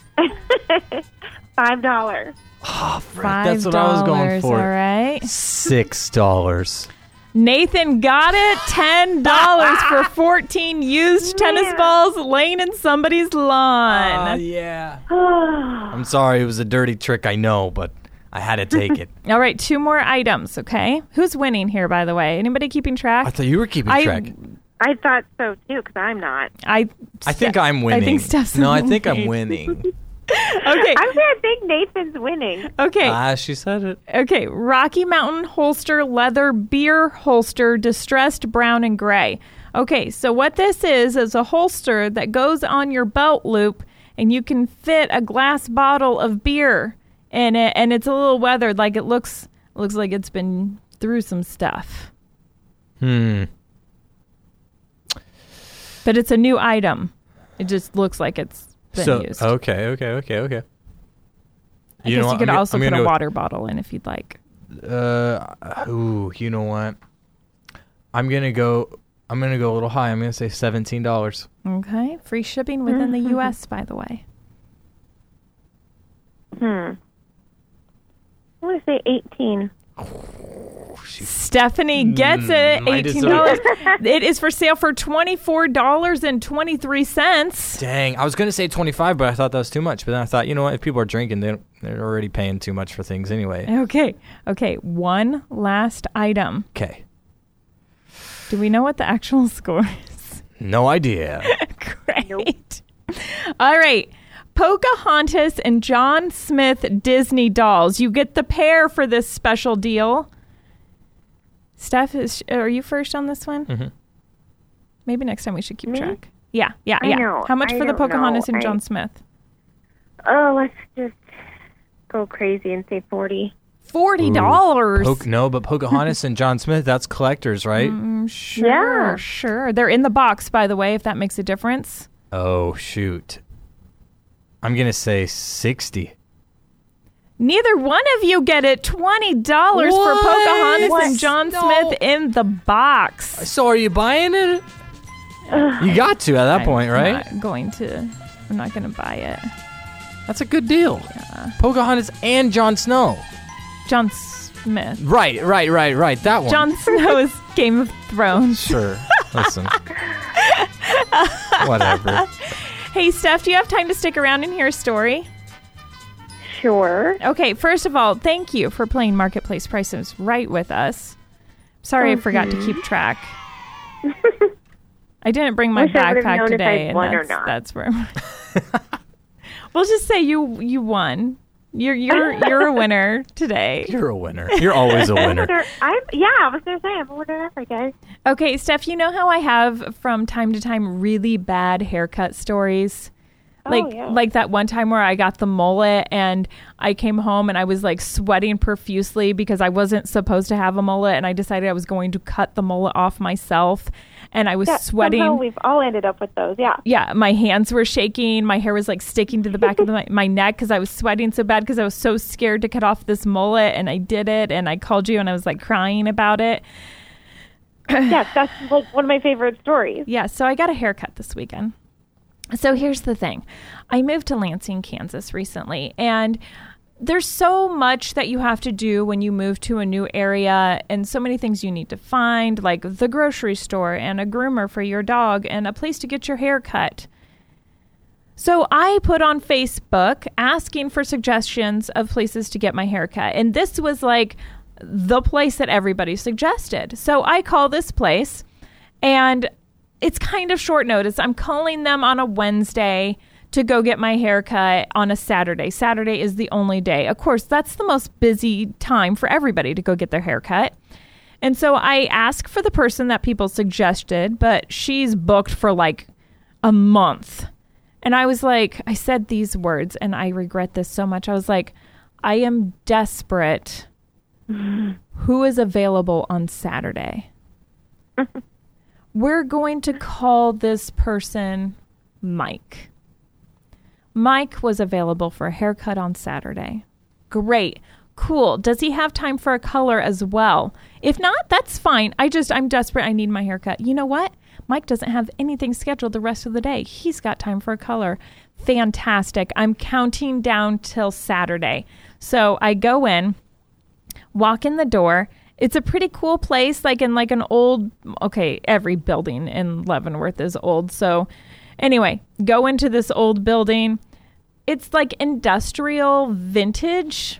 S9: Five dollars.
S8: Five
S7: that's what I was going
S8: dollars,
S7: for.
S8: All right.
S7: Six dollars.
S8: Nathan got it. Ten dollars for fourteen used tennis balls laying in somebody's lawn.
S7: Ah, yeah.
S9: oh,
S7: I'm sorry, it was a dirty trick, I know, but I had to take it.
S8: All right, two more items. Okay, who's winning here? By the way, anybody keeping track?
S7: I thought you were keeping
S8: I-
S7: track.
S9: I thought so too, because I'm not.
S8: I
S7: I think I'm winning.
S8: I think Steph's
S7: no, I think I'm winning.
S8: okay.
S9: I'm going to think Nathan's winning.
S8: Okay,
S7: Ah, she said it.
S8: okay. Rocky Mountain holster leather beer holster, distressed brown and gray. Okay, so what this is is a holster that goes on your belt loop, and you can fit a glass bottle of beer in it, and it's a little weathered, like it looks looks like it's been through some stuff.
S7: Hmm.
S8: But it's a new item. It just looks like it's been
S7: So
S8: used.
S7: okay, okay, okay, okay.
S8: I guess you
S7: what?
S8: could
S7: I'm gonna-
S8: also
S7: I'm
S8: put
S7: gonna
S8: a
S7: go with-
S8: water bottle in if you'd like.
S7: Uh, ooh, you know what? I'm gonna go. I'm gonna go a little high. I'm gonna say seventeen dollars.
S8: Okay. Free shipping within the U.S., by the way.
S9: Hmm. I want to say 18.
S8: Stephanie gets it.
S7: might as
S8: Eighteen dollars. it is for sale for twenty-four dollars and twenty-three cents.
S7: Dang, I was gonna say twenty-five, but I thought that was too much. But then I thought, you know what? If people are drinking, they don't, they're already paying too much for things anyway.
S8: Okay. Okay. One last item.
S7: Okay,
S8: Do we know what the actual score is?
S7: no idea.
S8: Great. All right. Pocahontas and John Smith Disney dolls. You get the pair for this special deal. Steph, is, are you first on this one?
S7: Mhm.
S8: Maybe next time we should keep
S9: Me?
S8: track. Yeah, yeah,
S9: I
S8: yeah.
S9: know.
S8: How much
S9: I
S8: for the
S9: don't know.
S8: Pocahontas and
S9: I-
S8: John Smith?
S9: Oh, let's just go crazy and say 40.
S8: Forty dollars.
S7: Poc- no, but Pocahontas and John Smith—that's collectors, right?
S8: sure,
S9: Yeah.
S8: sure. They're in the box, by the way, if that makes a difference.
S7: Oh shoot! I'm gonna say sixty.
S8: Neither one of you get it. Twenty dollars for
S7: What?
S8: Pocahontas
S7: What?
S8: and John
S7: No. Uh,
S8: Smith in the box.
S7: So are you buying it? You got to at that point, right?
S8: I'm not going to. I'm not going to buy it.
S7: That's a good deal. Pocahontas and Jon Snow.
S8: John Smith.
S7: Right, right, right, right. That one.
S8: John Snow is Game of Thrones.
S7: Sure. Listen. Whatever.
S8: Hey, Steph, do you have time to stick around and hear a story?
S9: Sure.
S8: Okay, first of all, thank you for playing Marketplace Prices right with us. Sorry I forgot to keep track. I didn't bring my
S9: Wish I would've
S8: backpack
S9: known if
S8: today,
S9: I'd
S8: and
S9: won or
S8: that's,
S9: not.
S8: that's where. we'll just say you you won. You're you're you're a winner today.
S7: You're a winner. You're always a winner.
S9: Winner- I'm, yeah, I was going to say, I'm a winner every day.
S8: Okay, Steph, you know how I have from time to time really bad haircut stories? Like
S9: Oh, yeah.
S8: like that one time where I got the mullet and I came home and I was like sweating profusely because I wasn't supposed to have a mullet and I decided I was going to cut the mullet off myself and I was
S9: Yeah, Uh, Somehow
S8: sweating.
S9: we've all ended up with those, yeah.
S8: yeah, my hands were shaking. My hair was like sticking to the back of my, my neck because I was sweating so bad because I was so scared to cut off this mullet. And I did it. And I called you and I was like crying about it.
S9: yeah, that's like one of my favorite stories.
S8: Yeah, so I got a haircut this weekend. So here's the thing I moved to Lansing, Kansas recently, and there's so much that you have to do when you move to a new area, and so many things you need to find, like the grocery store, and a groomer for your dog, and a place to get your hair cut. So I put on Facebook asking for suggestions of places to get my haircut. And this was like the place that everybody suggested. So I call this place and it's kind of short notice. I'm calling them on a Wednesday to go get my hair cut on a Saturday. Saturday is the only day. Of course, that's the most busy time for everybody to go get their hair cut. And so I ask for the person that people suggested, but she's booked for like a month. And I was like, I said these words and I regret this so much. I was like, I am desperate. Who is available on Saturday? We're going to call this person Mike. Mike was available for a haircut on Saturday. Great. Cool. Does he have time for a color as well? If not, that's fine. I just, I'm desperate. I need my haircut. You know what? Mike doesn't have anything scheduled the rest of the day. He's got time for a color. Fantastic. I'm counting down till Saturday. So I go in, walk in the door. It's a pretty cool place, like in like an old, okay, every building in Leavenworth is old. So anyway, go into this old building. It's like industrial vintage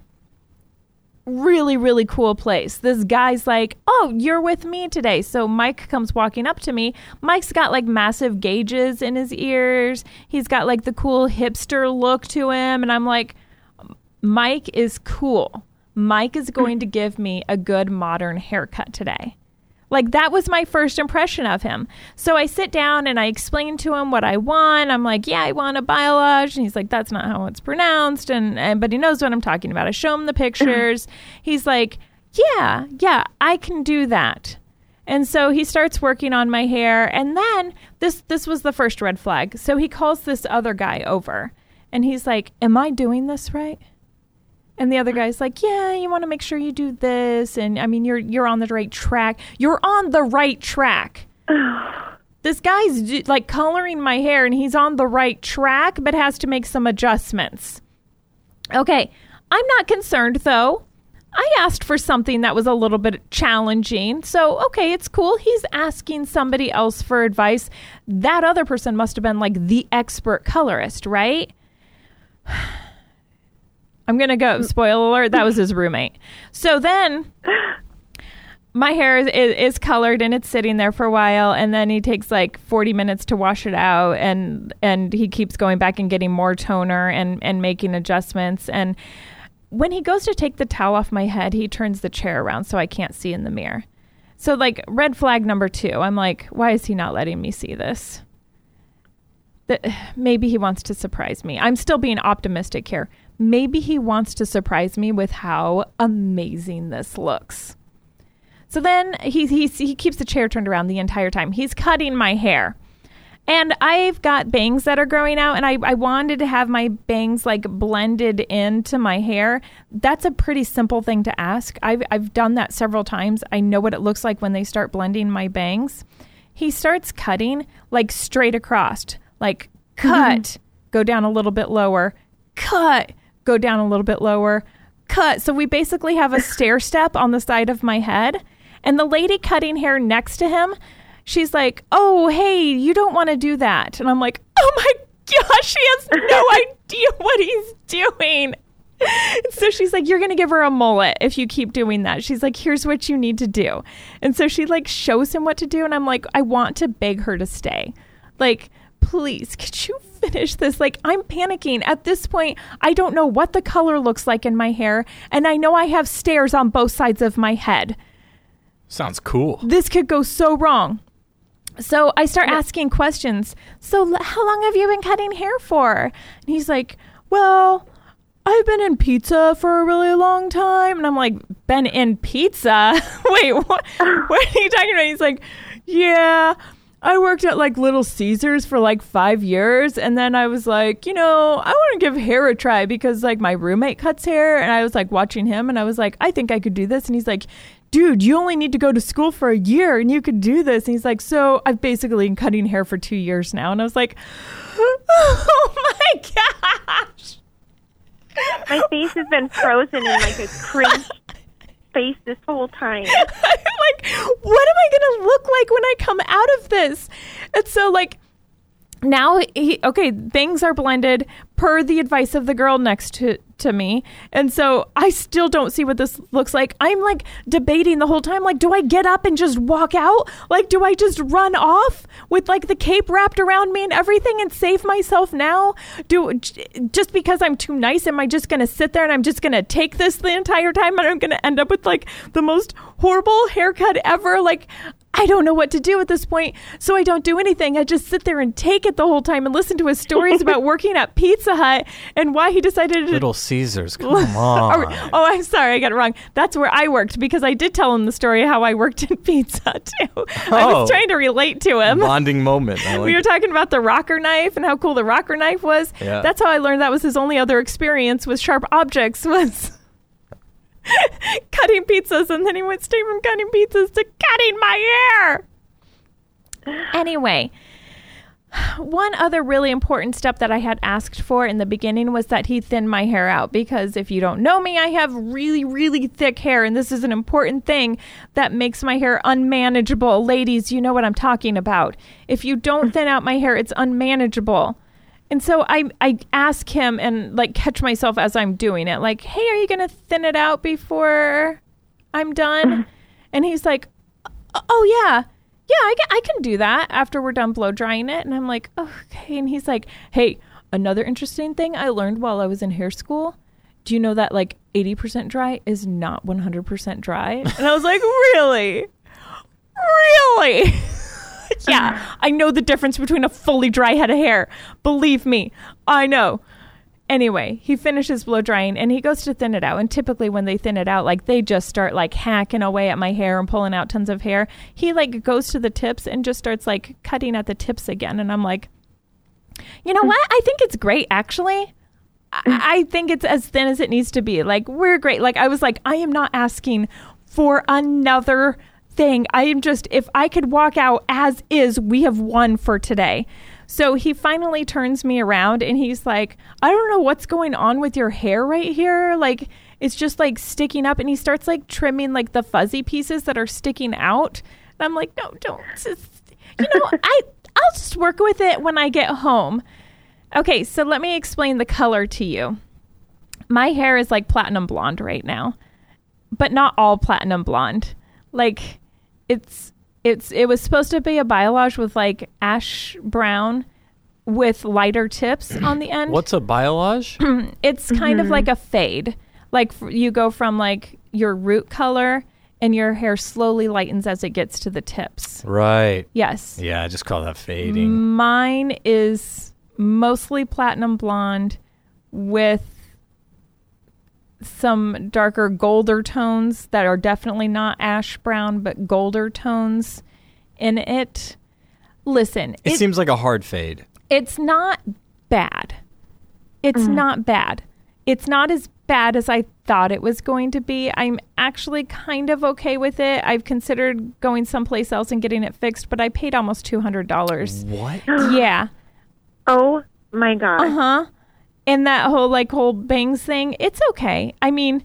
S8: really really cool place this guy's like oh you're with me today so mike comes walking up to me mike's got like massive gauges in his ears he's got like the cool hipster look to him and i'm like mike is cool mike is going to give me a good modern haircut today like that was my first impression of him. So I sit down and I explain to him what I want. I'm like, yeah, I want a biolage. And he's like, that's not how it's pronounced. And, and but he knows what I'm talking about. I show him the pictures. he's like, yeah, yeah, I can do that. And so he starts working on my hair. And then this this was the first red flag. So he calls this other guy over and he's like, Am I doing this right? And the other guy's like, "Yeah, you want to make sure you do this, and I mean, you're you're on the right track. You're on the right track." this guy's d- like coloring my hair, and he's on the right track, but has to make some adjustments. Okay, I'm not concerned though. I asked for something that was a little bit challenging. So, okay, it's cool. He's asking somebody else for advice. That other person must have been like the expert colorist, right? I'm gonna go. Spoiler alert: that was his roommate. So then, my hair is, is, is colored and it's sitting there for a while, and then he takes like 40 minutes to wash it out, and and he keeps going back and getting more toner and and making adjustments. And when he goes to take the towel off my head, he turns the chair around so I can't see in the mirror. So like red flag number two. I'm like, why is he not letting me see this? that maybe he wants to surprise me. I'm still being optimistic here. Maybe he wants to surprise me with how amazing this looks. So then he, he, he keeps the chair turned around the entire time. He's cutting my hair. And I've got bangs that are growing out, and I, I wanted to have my bangs like blended into my hair. That's a pretty simple thing to ask. I've, I've done that several times. I know what it looks like when they start blending my bangs. He starts cutting like straight across, like cut, go down a little bit lower, cut, go down a little bit lower, cut. So we basically have a stair step on the side of my head. And the lady cutting hair next to him, she's like, Oh, hey, you don't want to do that. And I'm like, Oh my gosh, she has no idea what he's doing. So she's like, You're going to give her a mullet if you keep doing that. She's like, Here's what you need to do. And so she like shows him what to do. And I'm like, I want to beg her to stay. Like, please, could you finish this? Like, I'm panicking. At this point, I don't know what the color looks like in my hair. And I know I have stairs on both sides of my head
S7: Sounds cool.
S8: this could go so wrong. So I start asking questions. So l- how long have you been cutting hair for? And he's like, well, I've been in pizza for a really long time. And I'm like, been in pizza? Wait, what? What are you talking about? He's like, yeah. I worked at like Little Caesars for like five years, and then I was like, you know, I want to give hair a try because like my roommate cuts hair, and I was like watching him, and I was like, I think I could do this, and he's like, dude, you only need to go to school for a year, and you could do this, and he's like, so I've basically been cutting hair for two years now, and I was like, oh my gosh,
S9: My face has been frozen in like a cringe face this whole time.
S8: like, what am I gonna look like when I come out of this? And so like now he okay, things are blended. per the advice of the girl next to, to me. And so I still don't see what this looks like. I'm like debating the whole time like, do I get up and just walk out? Like, do I just run off with like the cape wrapped around me and everything and save myself now? Do j- just because I'm too nice, am I just going to sit there and I'm just going to take this the entire time and I'm going to end up with like the most horrible haircut ever? Like, I don't know what to do at this point, so I don't do anything. I just sit there and take it the whole time and listen to his stories about working at Pizza Hut and why he decided to.
S7: Little Caesars. Come on.
S8: oh, oh, I'm sorry, I got it wrong. That's where I worked because I did tell him the story of how I worked in pizza too. I
S7: Oh.
S8: was trying to relate to him.
S7: Bonding moment. I like
S8: We were talking about the rocker knife and how cool the rocker knife was.
S7: Yeah.
S8: That's how I learned that was his only other experience with sharp objects was cutting pizzas, and then he went straight from cutting pizzas to cutting my hair. Anyway, one other really important step that I had asked for in the beginning was that he thin my hair out because if you don't know me, I have really, really thick hair, and this is an important thing that makes my hair unmanageable. Ladies, you know what I'm talking about. If you don't thin out my hair, it's unmanageable. And so I I ask him and like catch myself as I'm doing it, like, hey, are you gonna thin it out before I'm done? And he's like, oh yeah yeah I can, I can do that after we're done blow drying it and i'm like okay and he's like hey another interesting thing i learned while i was in hair school do you know that like 80% dry is not 100% dry and i was like really really yeah i know the difference between a fully dry head of hair believe me i know Anyway, he finishes blow drying and he goes to thin it out. And typically, when they thin it out, like they just start like hacking away at my hair and pulling out tons of hair. He like goes to the tips and just starts like cutting at the tips again. And I'm like, you know what? I think it's great actually. I- I think it's as thin as it needs to be. Like, we're great. Like, I was like, I am not asking for another thing. I am just, if I could walk out as is, we have won for today. So he finally turns me around and he's like, I don't know what's going on with your hair right here. Like, it's just like sticking up. And he starts like trimming like the fuzzy pieces that are sticking out. And I'm like, no, don't. Just, you know, I, I'll just work with it when I get home. Okay, so let me explain the color to you. My hair is like platinum blonde right now, but not all platinum blonde. Like it's it's it was supposed to be a biolage with like ash brown with lighter tips on the end.
S7: What's a biolage?
S8: It's kind of like a fade. Like f- you go from like your root color and your hair slowly lightens as it gets to the tips.
S7: right.
S8: Yes.
S7: Yeah, I just call that fading.
S8: Mine is mostly platinum blonde with some darker golder tones that are definitely not ash brown, but golder tones in it. Listen,
S7: It,
S8: it-
S7: seems like a hard fade.
S8: it's not bad. It's not bad. It's not as bad as I thought it was going to be. I'm actually kind of okay with it. I've considered going someplace else and getting it fixed, but I paid almost $200.
S7: What?
S8: Yeah.
S9: Oh my god.
S8: Uh huh. And that whole like whole bangs thing, it's okay. I mean,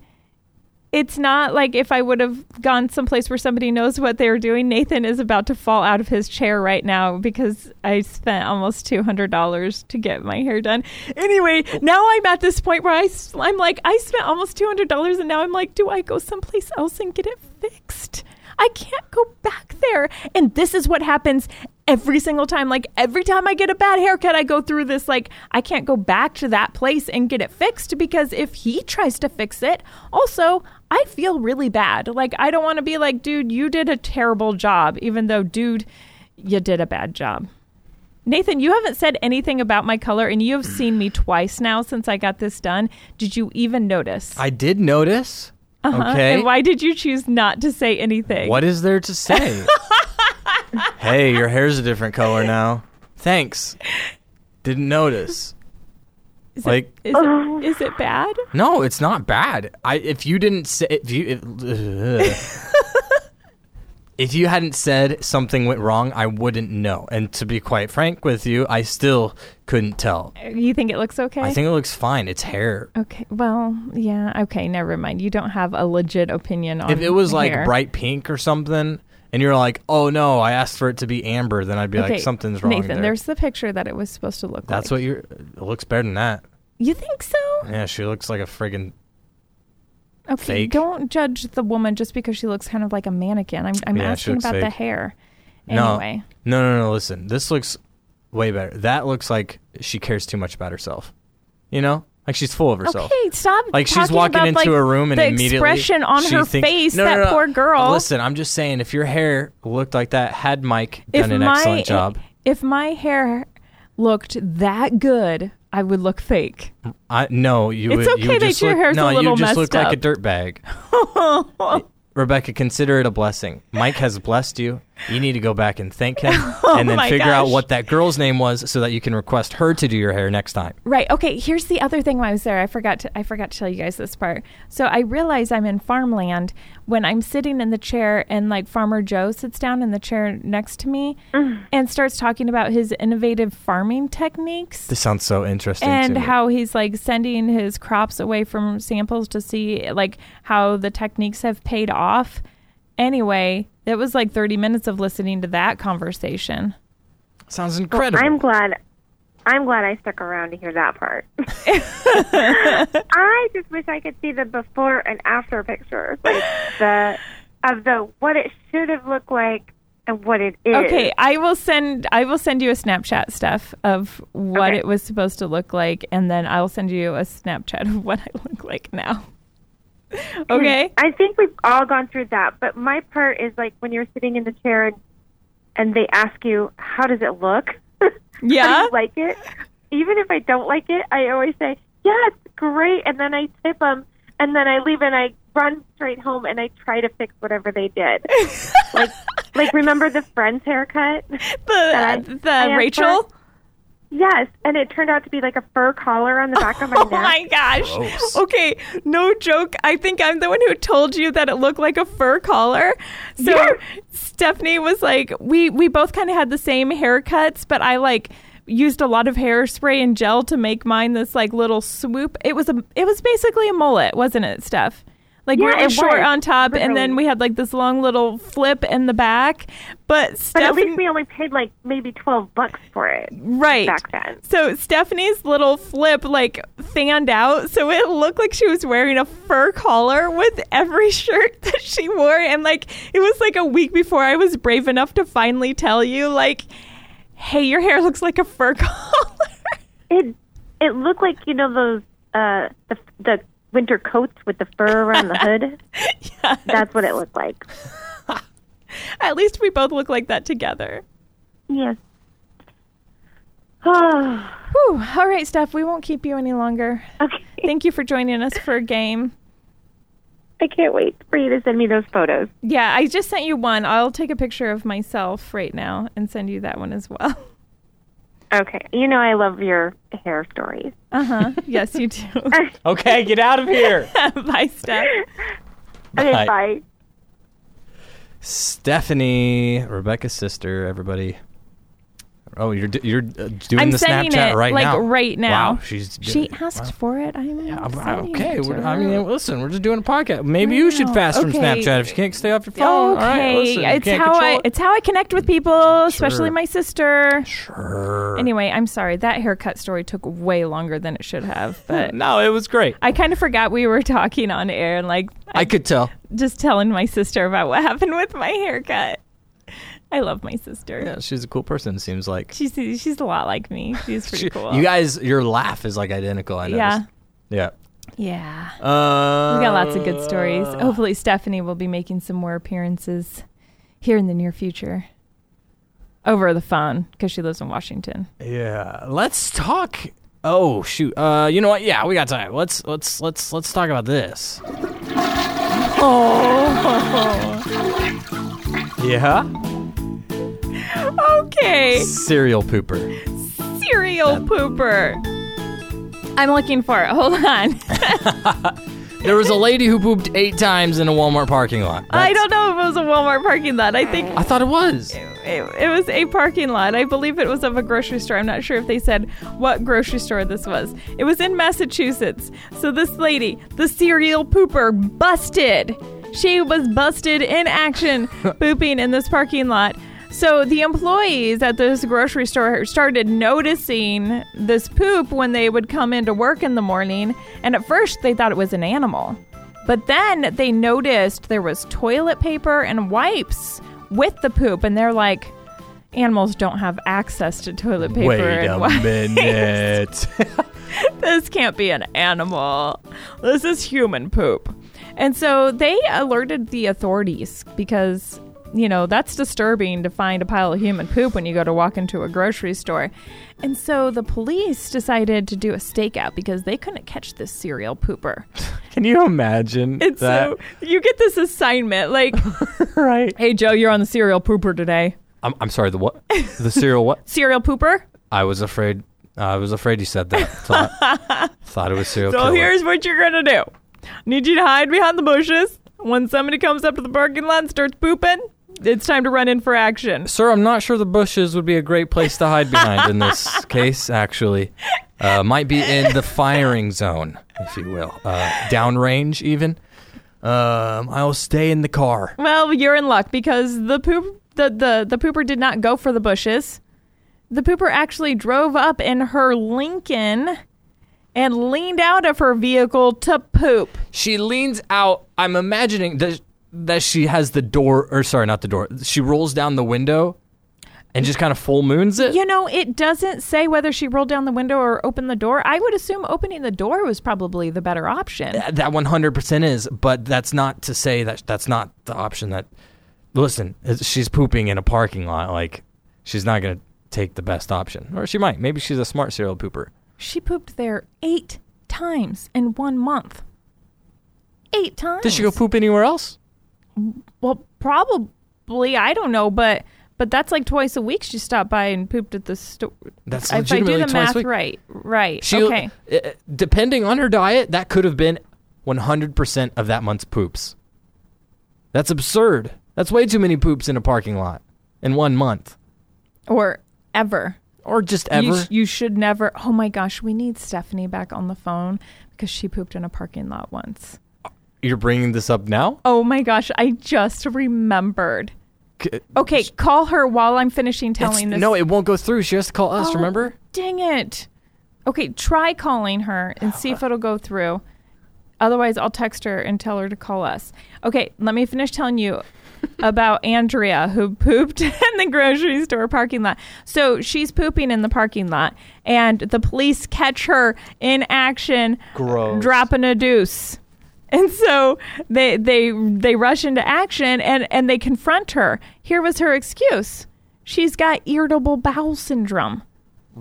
S8: it's not like if I would have gone someplace where somebody knows what they were doing. Nathan is about to fall out of his chair right now because I spent almost two hundred dollars to get my hair done. Anyway, now I'm at this point where I s- I'm like I spent almost two hundred dollars, and now I'm like, do I go someplace else and get it fixed? I can't go back there. And this is what happens every single time. Like every time I get a bad haircut, I go through this like I can't go back to that place and get it fixed because if he tries to fix it, also I feel really bad. Like I don't want to be like, dude, you did a terrible job, even though dude, you did a bad job. Nathan, you haven't said anything about my color and you have seen me twice now since I got this done. Did you even notice?
S7: I did notice. Uh-huh.
S8: Huh?
S7: Okay.
S8: And why did you choose not to say anything?
S7: What is there to say? hey, your hair's a different color now. Thanks. Didn't notice.
S8: Is it-
S7: like
S8: is it, is it bad?
S7: no, it's not bad. I if you didn't say if you if, if you hadn't said something went wrong, I wouldn't know. And to be quite frank with you, I still couldn't tell.
S8: You think it looks okay?
S7: I think it looks fine. It's hair.
S8: Okay. Well, yeah. Okay. Never mind. You don't have a legit opinion on.
S7: If it was like
S8: hair.
S7: bright pink or something, and you're like, "Oh no, I asked for it to be amber," then I'd be
S8: okay.
S7: like, "Something's wrong."
S8: Nathan,
S7: there.
S8: there's the picture that it was supposed to look
S7: That's
S8: like.
S7: what you're. It looks better than that.
S8: You think so?
S7: Yeah, she looks like a friggin'
S8: Okay,
S7: Fake.
S8: don't judge the woman just because she looks kind of like a mannequin. I'm, I'm
S7: Yeah, she
S8: asking
S7: looks
S8: about the
S7: fake.
S8: hair.
S7: No.
S8: Anyway,
S7: No, no, no. Listen, this looks way better. That looks like she cares too much about herself. You know, like she's full of herself.
S8: okay, stop.
S7: Like she's
S8: talking
S7: walking
S8: about,
S7: into
S8: like,
S7: a room and
S8: the
S7: immediately
S8: expression on
S7: she
S8: her
S7: thinks-
S8: face.
S7: No, no,
S8: that
S7: no, no.
S8: poor girl.
S7: Listen, I'm just saying, if your hair looked like that, had Mike
S8: if
S7: done an
S8: my
S7: excellent job,
S8: if my hair looked that good, I would look fake.
S7: I no, you
S8: It's
S7: would.
S8: okay
S7: you would
S8: that
S7: just
S8: your
S7: look,
S8: hair's a
S7: no, you
S8: little
S7: just look
S8: messed
S7: like a
S8: up.
S7: dirt bag. Rebecca, consider it a blessing. Mike has blessed you. You need to go back and thank him, and then
S8: Oh my
S7: figure out
S8: gosh.
S7: what that girl's name was, so that you can request her to do your hair next time.
S8: Right. Okay. Here's the other thing. While I was there, I forgot to I forgot to tell you guys this part. So I realize I'm in farmland when I'm sitting in the chair and like Farmer Joe sits down in the chair next to me and starts talking about his innovative farming techniques
S7: This sounds so interesting.
S8: and
S7: to me.
S8: how he's like sending his crops away from samples to see like how the techniques have paid off. Anyway, it was like 30 minutes of listening to that conversation.
S7: sounds
S9: Well,
S7: incredible.
S9: I'm glad. I'm glad I stuck around to hear that part. I just wish I could see the before and after pictures, like the of the what it should have looked like and what it is.
S8: Okay, I will send I will send you a Snapchat stuff of what
S9: Okay.
S8: it was supposed to look like, and then I'll send you a Snapchat of what I look like now.
S9: Mm.
S8: Okay.
S9: Hmm. I think we've all gone through that, but my part is like when you're sitting in the chair and, and they ask you, "How does it look? How do
S8: Yeah.
S9: you like it?" Even if I don't like it, I always say, "Yeah, it's great," and then I tip them, and then I leave and I run straight home and I try to fix whatever they did. like, like remember the friend's haircut?
S8: The
S9: I
S8: the
S9: am
S8: Rachel.
S9: Yes, and it turned out to be like a fur collar on the back of my
S8: Oh
S9: neck.
S8: my gosh. Okay, no joke. I think I'm the one who told you that it looked like a fur collar. So
S9: Yes.
S8: Stephanie was like, we we both kind of had the same haircuts, but I like used a lot of hairspray and gel to make mine this like little swoop. It was a it was basically a mullet, wasn't it, Steph? Like
S9: Yeah,
S8: really
S9: it
S8: short
S9: was.
S8: on top, and
S9: Really.
S8: then we had like this long little flip in the back.
S9: But
S8: But
S9: at
S8: Stephanie,
S9: least we only paid like maybe twelve bucks for it
S8: right?
S9: back then.
S8: So Stephanie's little flip like fanned out, so it looked like she was wearing a fur collar with every shirt that she wore, and like it was like a week before I was brave enough to finally tell you, like, "Hey, your hair looks like a fur collar."
S9: It it looked like you know those uh the the winter coats with the fur around the hood. That's what it looked like.
S8: At least we both look like that together.
S9: Yes. Oh,
S8: Whew. All right, Steph, we won't keep you any longer.
S9: okay.
S8: Thank you for joining us for a game.
S9: I can't wait for you to send me those photos.
S8: Yeah, I just sent you one. I'll take a picture of myself right now and send you that one as well.
S9: Okay. You know I love your hair stories.
S8: Uh huh. yes, you do.
S7: okay, get out of here.
S8: Bye, Steph.
S9: Okay,
S7: Bye.
S9: bye.
S7: Stephanie, Rebecca's sister, everybody. Oh, you're d- you're uh, doing
S8: I'm
S7: the
S8: sending
S7: Snapchat
S8: it
S7: right
S8: like
S7: now.
S8: right now.
S7: Wow, she's
S8: She asked for it. I'm
S7: I'm-
S8: sending
S7: okay,
S8: it to
S7: we're,
S8: her.
S7: I mean, listen, we're just doing a podcast. Maybe you should
S8: now.
S7: fast from
S8: Okay.
S7: Snapchat if you can't stay off your phone. All right,
S8: okay,
S7: listen, you
S8: it's
S7: can't
S8: how
S7: control
S8: I
S7: it.
S8: it's how I connect with people, especially
S7: Sure.
S8: my sister.
S7: Sure.
S8: Anyway, I'm sorry that haircut story took way longer than it should have, but
S7: No, it was great.
S8: I kind of forgot we were talking on air and like
S7: I could tell.
S8: just telling my sister about what happened with my haircut. I love my sister.
S7: Yeah, she's a cool person. It seems like
S8: She's she's a lot like me. She's pretty
S7: She-
S8: cool.
S7: you guys, your laugh is like identical. I
S8: Yeah.
S7: noticed. Yeah.
S8: yeah.
S7: Uh,
S8: We got lots of good stories. Hopefully, Stephanie will be making some more appearances here in the near future over the phone because she lives in Washington.
S7: Yeah, let's talk. Oh shoot. Uh, you know what? Yeah, we got time. Let's let's let's let's talk about this.
S8: Oh,
S7: Yeah.
S8: okay.
S7: Serial pooper.
S8: Cereal pooper. I'm looking for it. Hold on.
S7: There was a lady who pooped eight times in a Walmart parking lot.
S8: I
S7: That's-
S8: don't know if it was a Walmart parking lot. I think
S7: I thought it was.
S8: it, it was a parking lot. I believe it was of a grocery store. I'm not sure if they said what grocery store this was. It was in Massachusetts. So this lady, the serial pooper, busted. She was busted in action pooping in this parking lot. So the employees at this grocery store started noticing this poop when they would come into work in the morning, and at first they thought it was an animal. But then they noticed there was toilet paper and wipes with the poop, and they're like, animals don't have access to toilet paper
S7: Wait
S8: and
S7: a
S8: wipes.
S7: minute.
S8: this can't be an animal. This is human poop. And so they alerted the authorities because, you know, that's disturbing to find a pile of human poop when you go to walk into a grocery store. And so the police decided to do a stakeout because they couldn't catch this serial pooper.
S7: Can you imagine
S8: And
S7: that?
S8: so you get this assignment like,
S7: right.
S8: hey, Joe, you're on the serial pooper today.
S7: I'm, I'm sorry. The what? The cereal? What?
S8: Serial pooper?
S7: I was afraid. uh, I was afraid you said that. Thought, thought it was cereal.
S8: So
S7: killer.
S8: here's what you're gonna do. Need you to hide behind the bushes. When somebody comes up to the parking lot and starts pooping, it's time to run in for action.
S7: Sir, I'm not sure the bushes would be a great place to hide behind in this case, actually. Uh, might be in the firing zone, if you will. Uh, downrange, even. Um, I'll stay in the car.
S8: Well, you're in luck because the poop the, the, the pooper did not go for the bushes. The pooper actually drove up in her Lincoln and leaned out of her vehicle to poop.
S7: She leans out. I'm imagining that, that she has the door, or sorry, not the door. She rolls down the window and just kind of full moons it.
S8: You know, it doesn't say whether she rolled down the window or opened the door. I would assume opening the door was probably the better option.
S7: That 100% is, but that's not to say that that's not the option that. Listen, she's pooping in a parking lot. Like, she's not going to take the best option. Or she might. Maybe she's a smart serial pooper.
S8: She pooped there eight times in one month. Eight times.
S7: Did she go poop anywhere else?
S8: Well, probably. I don't know, but but that's like twice a week. She stopped by and pooped at the store.
S7: That's
S8: if I do
S7: legitimately twice
S8: the
S7: a
S8: math
S7: week.
S8: right, right.
S7: She,
S8: okay.
S7: uh, Depending on her diet, that could have been 100% of that month's poops. That's absurd. That's way too many poops in a parking lot in one month.
S8: Or ever.
S7: Or just
S8: You,
S7: ever.
S8: sh- you should never. Oh my gosh, we need Stephanie back on the phone because she pooped in a parking lot once.
S7: You're bringing this up now?
S8: Oh my gosh, I just remembered.
S7: C-
S8: Okay, call her while I'm finishing telling
S7: It's-
S8: this.
S7: No, it won't go through. She has to call us,
S8: Oh,
S7: remember?
S8: Dang it. Okay, try calling her and see if it'll go through. Otherwise, I'll text her and tell her to call us. Okay, let me finish telling you about Andrea who pooped in the grocery store parking lot. So she's pooping in the parking lot, and the police catch her in action,
S7: Gross.
S8: dropping a deuce. And so they they they rush into action and and they confront her. Here was her excuse: she's got irritable bowel syndrome.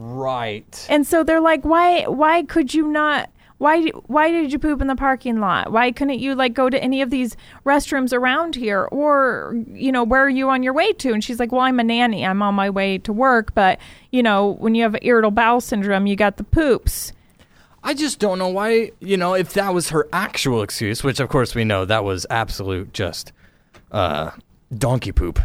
S7: Right.
S8: And so they're like, why why could you not why why did you poop in the parking lot? Why couldn't you like go to any of these restrooms around here or you know, where are you on your way to? And she's like, "Well, I'm a nanny. I'm on my way to work, but you know, when you have irritable bowel syndrome, you got the poops."
S7: I just don't know why, you know, if that was her actual excuse, which of course we know that was absolute just uh, donkey poop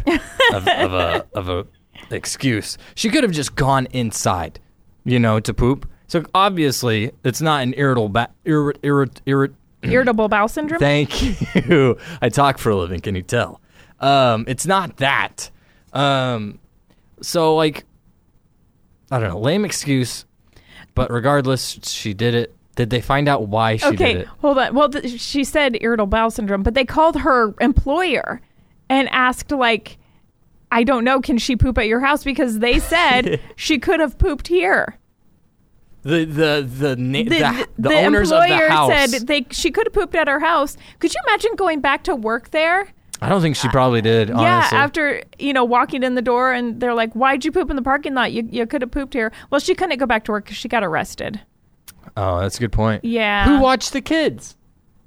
S7: of, of a of a excuse. She could have just gone inside, you know, to poop. So obviously, it's not an irritable ba- irrit irrit irrit.
S8: irritable bowel syndrome?
S7: Thank you. I talk for a living. Can you tell? Um, it's not that. Um, so like, I don't know. Lame excuse, but regardless, she did it. Did they find out why she
S8: okay,
S7: did it?
S8: hold on. Well, th- she said irritable bowel syndrome, but they called her employer and asked, like, I don't know, can she poop at your house? Because they said she could have pooped here.
S7: The the the na- the, the,
S8: the
S7: owners of
S8: employer
S7: the house.
S8: said they she could have pooped at her house. Could you imagine going back to work there?
S7: I don't think she probably did. honestly,
S8: Yeah, after you know walking in the door and they're like, "Why'd you poop in the parking lot? You you could have pooped here." Well, she couldn't go back to work because she got arrested.
S7: oh, that's a good point.
S8: Yeah.
S7: Who watched the kids?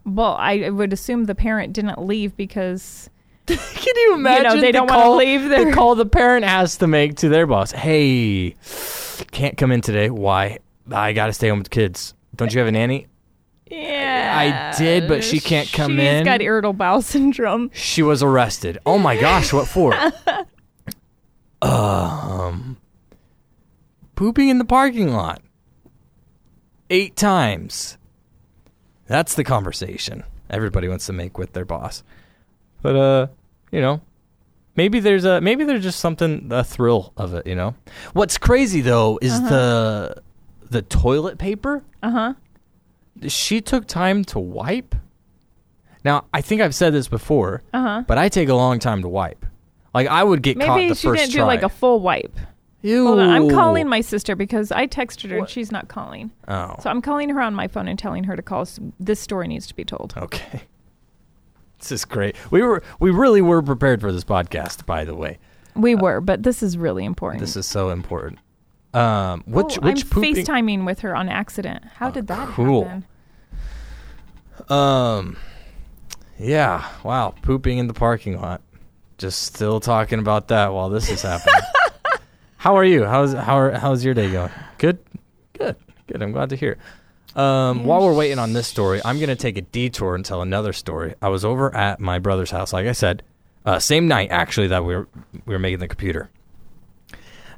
S8: Well, I would assume the parent didn't leave because
S7: Can you imagine?
S8: they
S7: the
S8: don't wanna
S7: call,
S8: leave
S7: the
S8: their-
S7: call the parent has to make to their boss. Hey, can't come in today. Why? I got to stay home with the kids. Don't you have a nanny?
S8: yeah,
S7: did, but she can't come in.
S8: Uh, She's got irritable bowel syndrome.
S7: She was arrested. Oh my gosh, what for? um, pooping in the parking lot eight times. That's the conversation everybody wants to make with their boss. But uh, you know, Maybe there's a maybe there's just something the thrill of it, you know. What's crazy though is
S8: Uh-huh.
S7: the the toilet paper.
S8: Uh huh.
S7: She took time to wipe. Now I think I've said this before,
S8: Uh huh.
S7: but I take a long time to wipe. Like I would get caught
S8: Maybe
S7: the
S8: she
S7: first
S8: didn't
S7: try.
S8: do like a full wipe.
S7: Ew.
S8: Hold on, I'm calling my sister because I texted her and she's not calling.
S7: Oh.
S8: So I'm calling her on my phone and telling her to call. S- This story needs to be told.
S7: Okay. This is great. We were we really were prepared for this podcast, by the way.
S8: We were, but this is really important.
S7: Uh, This is so important. Um, which
S8: oh,
S7: which
S8: I'm
S7: pooping? Uh,
S8: FaceTiming with her on accident. How did that
S7: cool.
S8: happen?
S7: Um, yeah. Wow, pooping in the parking lot. Just still talking about that while this is happening. how are you? How's how are, how's your day going? Good, good, good. I'm glad to hear. Um, while we're waiting on this story, I'm gonna take a detour and tell another story. I was over at my brother's house, like I said, uh, same night actually that we were we were making the computer.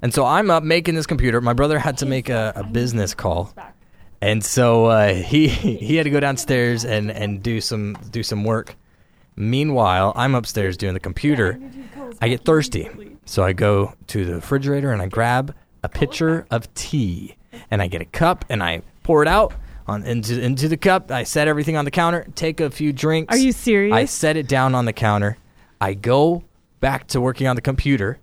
S7: And so I'm up making this computer. My brother had to make a, a business call, and so uh, he he had to go downstairs and, and do some do some work. Meanwhile, I'm upstairs doing the computer. I get thirsty, so I go to the refrigerator and I grab a pitcher of tea, and I get a cup and I pour it out on into into the cup. I set everything on the counter, take a few drinks.
S8: Are you serious?
S7: I set it down on the counter. I go back to working on the computer.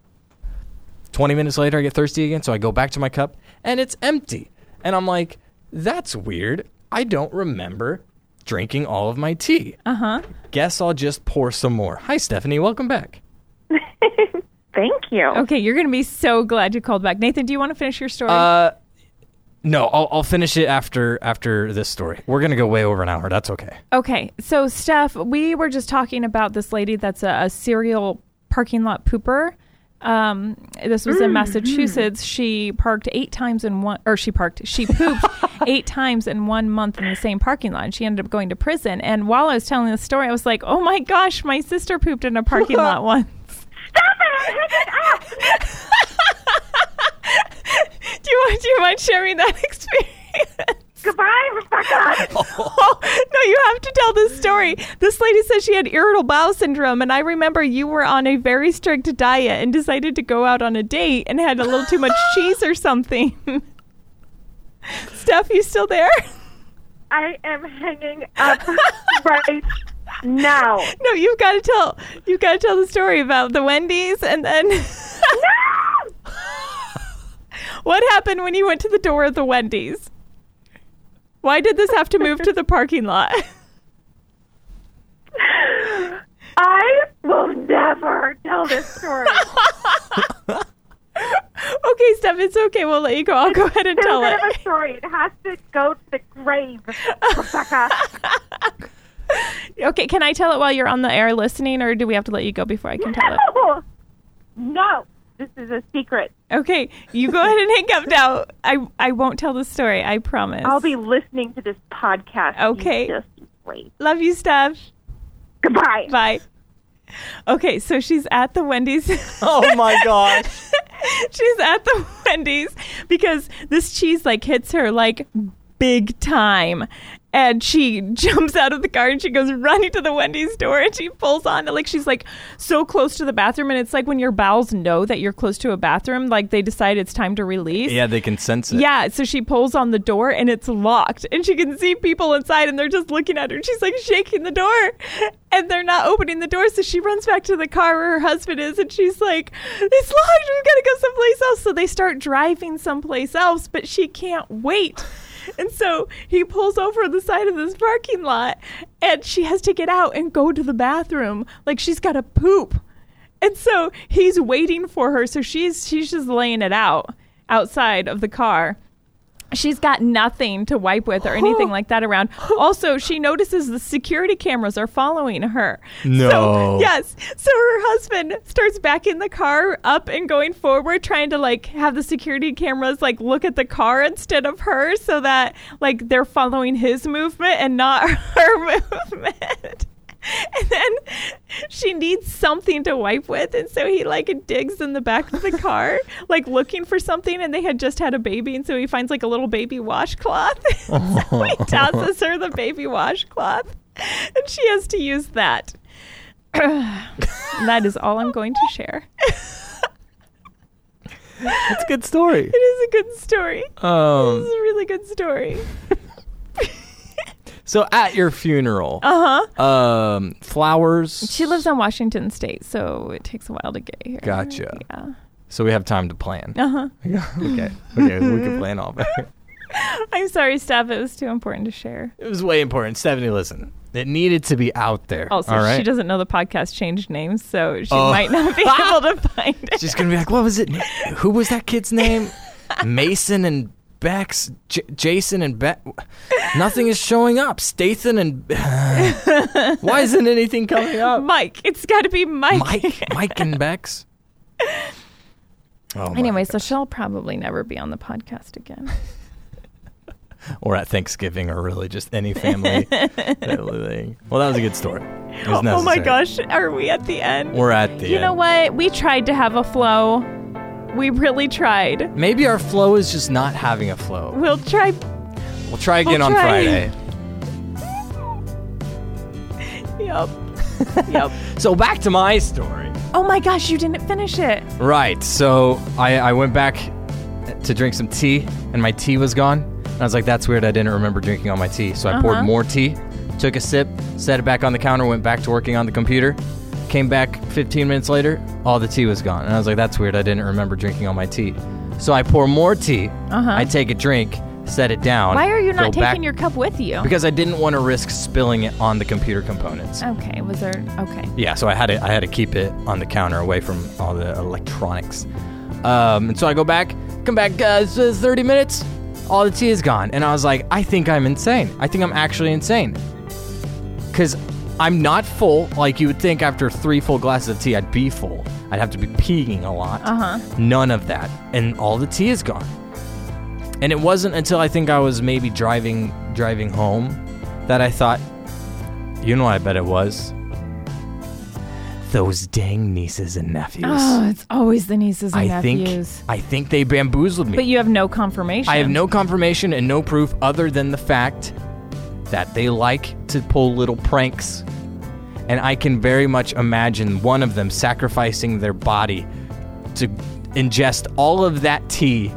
S7: 20 minutes later, I get thirsty again, so I go back to my cup and it's empty. And I'm like, that's weird. I don't remember drinking all of my tea.
S8: Uh huh.
S7: Guess I'll just pour some more. Hi, Stephanie. Welcome back.
S9: Thank you.
S8: Okay, you're going to be so glad you called back. Nathan, do you want to finish your story?
S7: Uh, no, I'll, I'll finish it after after this story. We're gonna go way over an hour. That's okay.
S8: Okay, so Steph, we were just talking about this lady that's a, a serial parking lot pooper. Um, this was in Massachusetts. She parked eight times in one, or she parked, she pooped eight times in one month in the same parking lot. And she ended up going to prison. And while I was telling this story, I was like, "Oh my gosh, my sister pooped in a parking lot once." Do you want? Do you mind sharing that experience?
S9: Goodbye, Rebecca.
S8: Oh, no, you have to tell this story. This lady says she had irritable bowel syndrome, and I remember you were on a very strict diet and decided to go out on a date and had a little too much cheese or something. Steph, you still there?
S9: I am hanging up right now.
S8: No, you've got to tell. You've got to tell the story about the Wendy's and then what happened when you went to the door of the Wendy's. Why did this have to move to the parking lot?
S9: I will never tell this story.
S8: Okay, Steph, it's okay. We'll let you go. I'll go ahead and
S9: It's
S8: tell
S9: a bit
S8: it.
S9: of a story. It has to go to the grave, Rebecca.
S8: Okay, can I tell it while you're on the air listening, or do we have to let you go before I can tell it?
S9: No. no, this is a secret.
S8: Okay, you go ahead and hang up now. I I won't tell the story. I promise.
S9: I'll be listening to this podcast. You
S8: Okay.
S9: just wait.
S8: Love you, Steph.
S9: Goodbye.
S8: Bye. Okay, so she's at the Wendy's.
S7: Oh my gosh.
S8: she's at the Wendy's because this cheese like hits her like big time. And she jumps out of the car and she goes running to the Wendy's door and she pulls on it. Like she's like so close to the bathroom. And it's like when your bowels know that you're close to a bathroom, like they decide it's time to release.
S7: Yeah, they can sense it.
S8: Yeah, so she pulls on the door and it's locked, and she can see people inside, and they're just looking at her. She's like shaking the door, and they're not opening the door. So she runs back to the car where her husband is, and she's like, "It's locked. We've got to go someplace else." So they start driving someplace else, but she can't wait. And so he pulls over on the side of this parking lot, and she has to get out and go to the bathroom. Like she's got to poop. And so he's waiting for her. So she's she's just laying it out outside of the car. She's got nothing to wipe with or anything like that around. Also, she notices the security cameras are following her.
S7: No.
S8: So, yes. So her husband starts back in the car up and going forward, trying to like have the security cameras like look at the car instead of her so that like they're following his movement and not her movement. And then she needs something to wipe with. And so he like digs in the back of the car, like looking for something. And they had just had a baby. And so he finds like a little baby washcloth.
S7: Oh.
S8: so he tosses her the baby washcloth. And she has to use that. And that is all I'm going to share.
S7: That's a good story.
S8: It is a good story.
S7: Um,
S8: This is a really good story.
S7: so at your funeral,
S8: Uh huh.
S7: um, flowers.
S8: She lives on Washington State, so it takes a while to get here.
S7: Gotcha.
S8: Yeah.
S7: So we have time to plan.
S8: Uh huh.
S7: okay. Okay. We can plan all back.
S8: I'm sorry, Steph. It was too important to share.
S7: It was way important. Stephanie, listen. It needed to be out there.
S8: Also,
S7: all right?
S8: Oh, she doesn't know the podcast changed names, so she
S7: Oh.
S8: might not be able to find it.
S7: She's gonna be like, "What was it? Who was that kid's name? Mason and Bex, J- Jason and Beck. Nothing is showing up. Stathan and why isn't anything coming up?
S8: Mike. It's got to be Mike.
S7: Mike, Mike and Bex. Oh, my.
S8: Anyway, so she'll probably never be on the podcast again.
S7: or at Thanksgiving, or really just any family. thing. well, that was a good story. It was
S8: Oh my
S7: necessary.
S8: gosh, are we at the end?
S7: We're at the
S8: You know
S7: end.
S8: what? We tried to have a flow. We really tried.
S7: Maybe our flow is just not having a flow.
S8: We'll try.
S7: We'll try
S8: We'll
S7: again on
S8: try.
S7: Friday.
S8: Yep. yep.
S7: So back to my story.
S8: Oh my gosh, you didn't finish it.
S7: Right. So I, I went back to drink some tea, and my tea was gone. And I was like, that's weird. I didn't remember drinking all my tea. So I poured
S8: Uh-huh.
S7: more tea, took a sip, set it back on the counter, went back to working on the computer. Came back 15 minutes later, all the tea was gone. And I was like, that's weird. I didn't remember drinking all my tea. So I pour more tea.
S8: Uh-huh.
S7: I take a drink, set it down.
S8: Why are you not
S7: go
S8: taking
S7: back-
S8: your cup with you?
S7: Because I didn't want to risk spilling it on the computer components.
S8: Okay, was there. Okay.
S7: Yeah, so I had to I had to keep it on the counter away from all the electronics. Um, and so I go back, come back uh, it's, uh, 30 minutes, all the tea is gone. And I was like, I think I'm insane. I think I'm actually insane. Cuz I'm not full like you would think after 3 full glasses of tea I'd be full. I'd have to be peeing a lot.
S8: Uh huh.
S7: None of that. And all the tea is gone. And it wasn't until I think I was maybe driving driving home that I thought, you know what I bet it was? Those dang nieces and nephews.
S8: Oh, it's always the nieces and
S7: I
S8: nephews.
S7: think I think they bamboozled me.
S8: but you have no confirmation.
S7: I have no confirmation and no proof other than the fact that they like to pull little pranks. And I can very much imagine one of them sacrificing their body to ingest all of that tea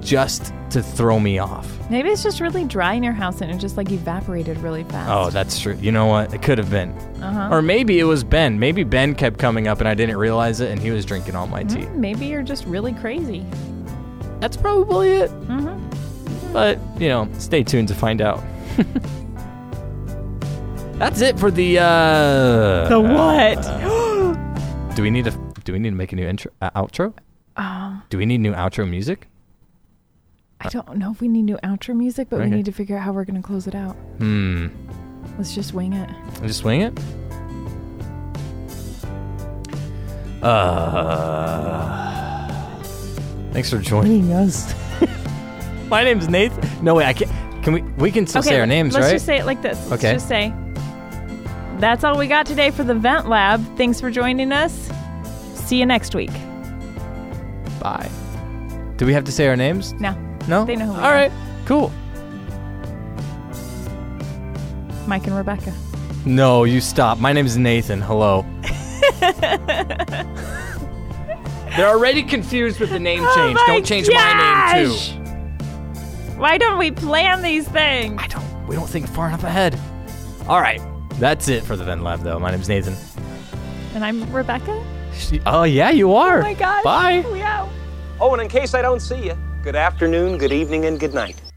S7: just to throw me off.
S8: Maybe it's just really dry in your house and it just like evaporated really fast.
S7: Oh, that's true. You know what? It could have been.
S8: Uh-huh.
S7: Or maybe it was Ben. Maybe Ben kept coming up and I didn't realize it and he was drinking all my tea.
S8: Mm, Maybe you're just really crazy.
S7: That's probably it.
S8: Mm-hmm.
S7: But, you know, stay tuned to find out. That's it for the uh
S8: The what?
S7: Do we need to do we need to make a new intro uh, outro?
S8: Um,
S7: Do we need new outro music?
S8: I don't know if we need new outro music, but
S7: Okay.
S8: we need to figure out how we're going to close it out.
S7: Hmm.
S8: Let's just wing it.
S7: Just swing it. Uh Thanks for joining us. My name's Nathan. No way, I can't. Can we? We can still say our names,
S8: let's
S7: right?
S8: just say it like this. Let's
S7: Okay.
S8: just say that's all we got today for the Vent Lab. Thanks for joining us. See you next week.
S7: Bye. Do we have to say our names?
S8: Now,
S7: No.
S8: They know who we
S7: All
S8: are.
S7: right. Cool.
S8: Mike and Rebecca.
S7: No, you stop. My name's Nathan. Hello. They're already confused with the name change.
S8: Oh my
S7: Don't change my name
S8: gosh!
S7: too.
S8: Why don't we plan these things?
S7: I don't. We don't think far enough ahead. All right. That's it for the Vent Lab, though. My name's Nathan.
S8: And I'm Rebecca.
S7: She- oh yeah, you are.
S8: Oh my gosh.
S7: Bye.
S8: We out.
S12: Oh, and in case I don't see you, good afternoon, good evening, and good night.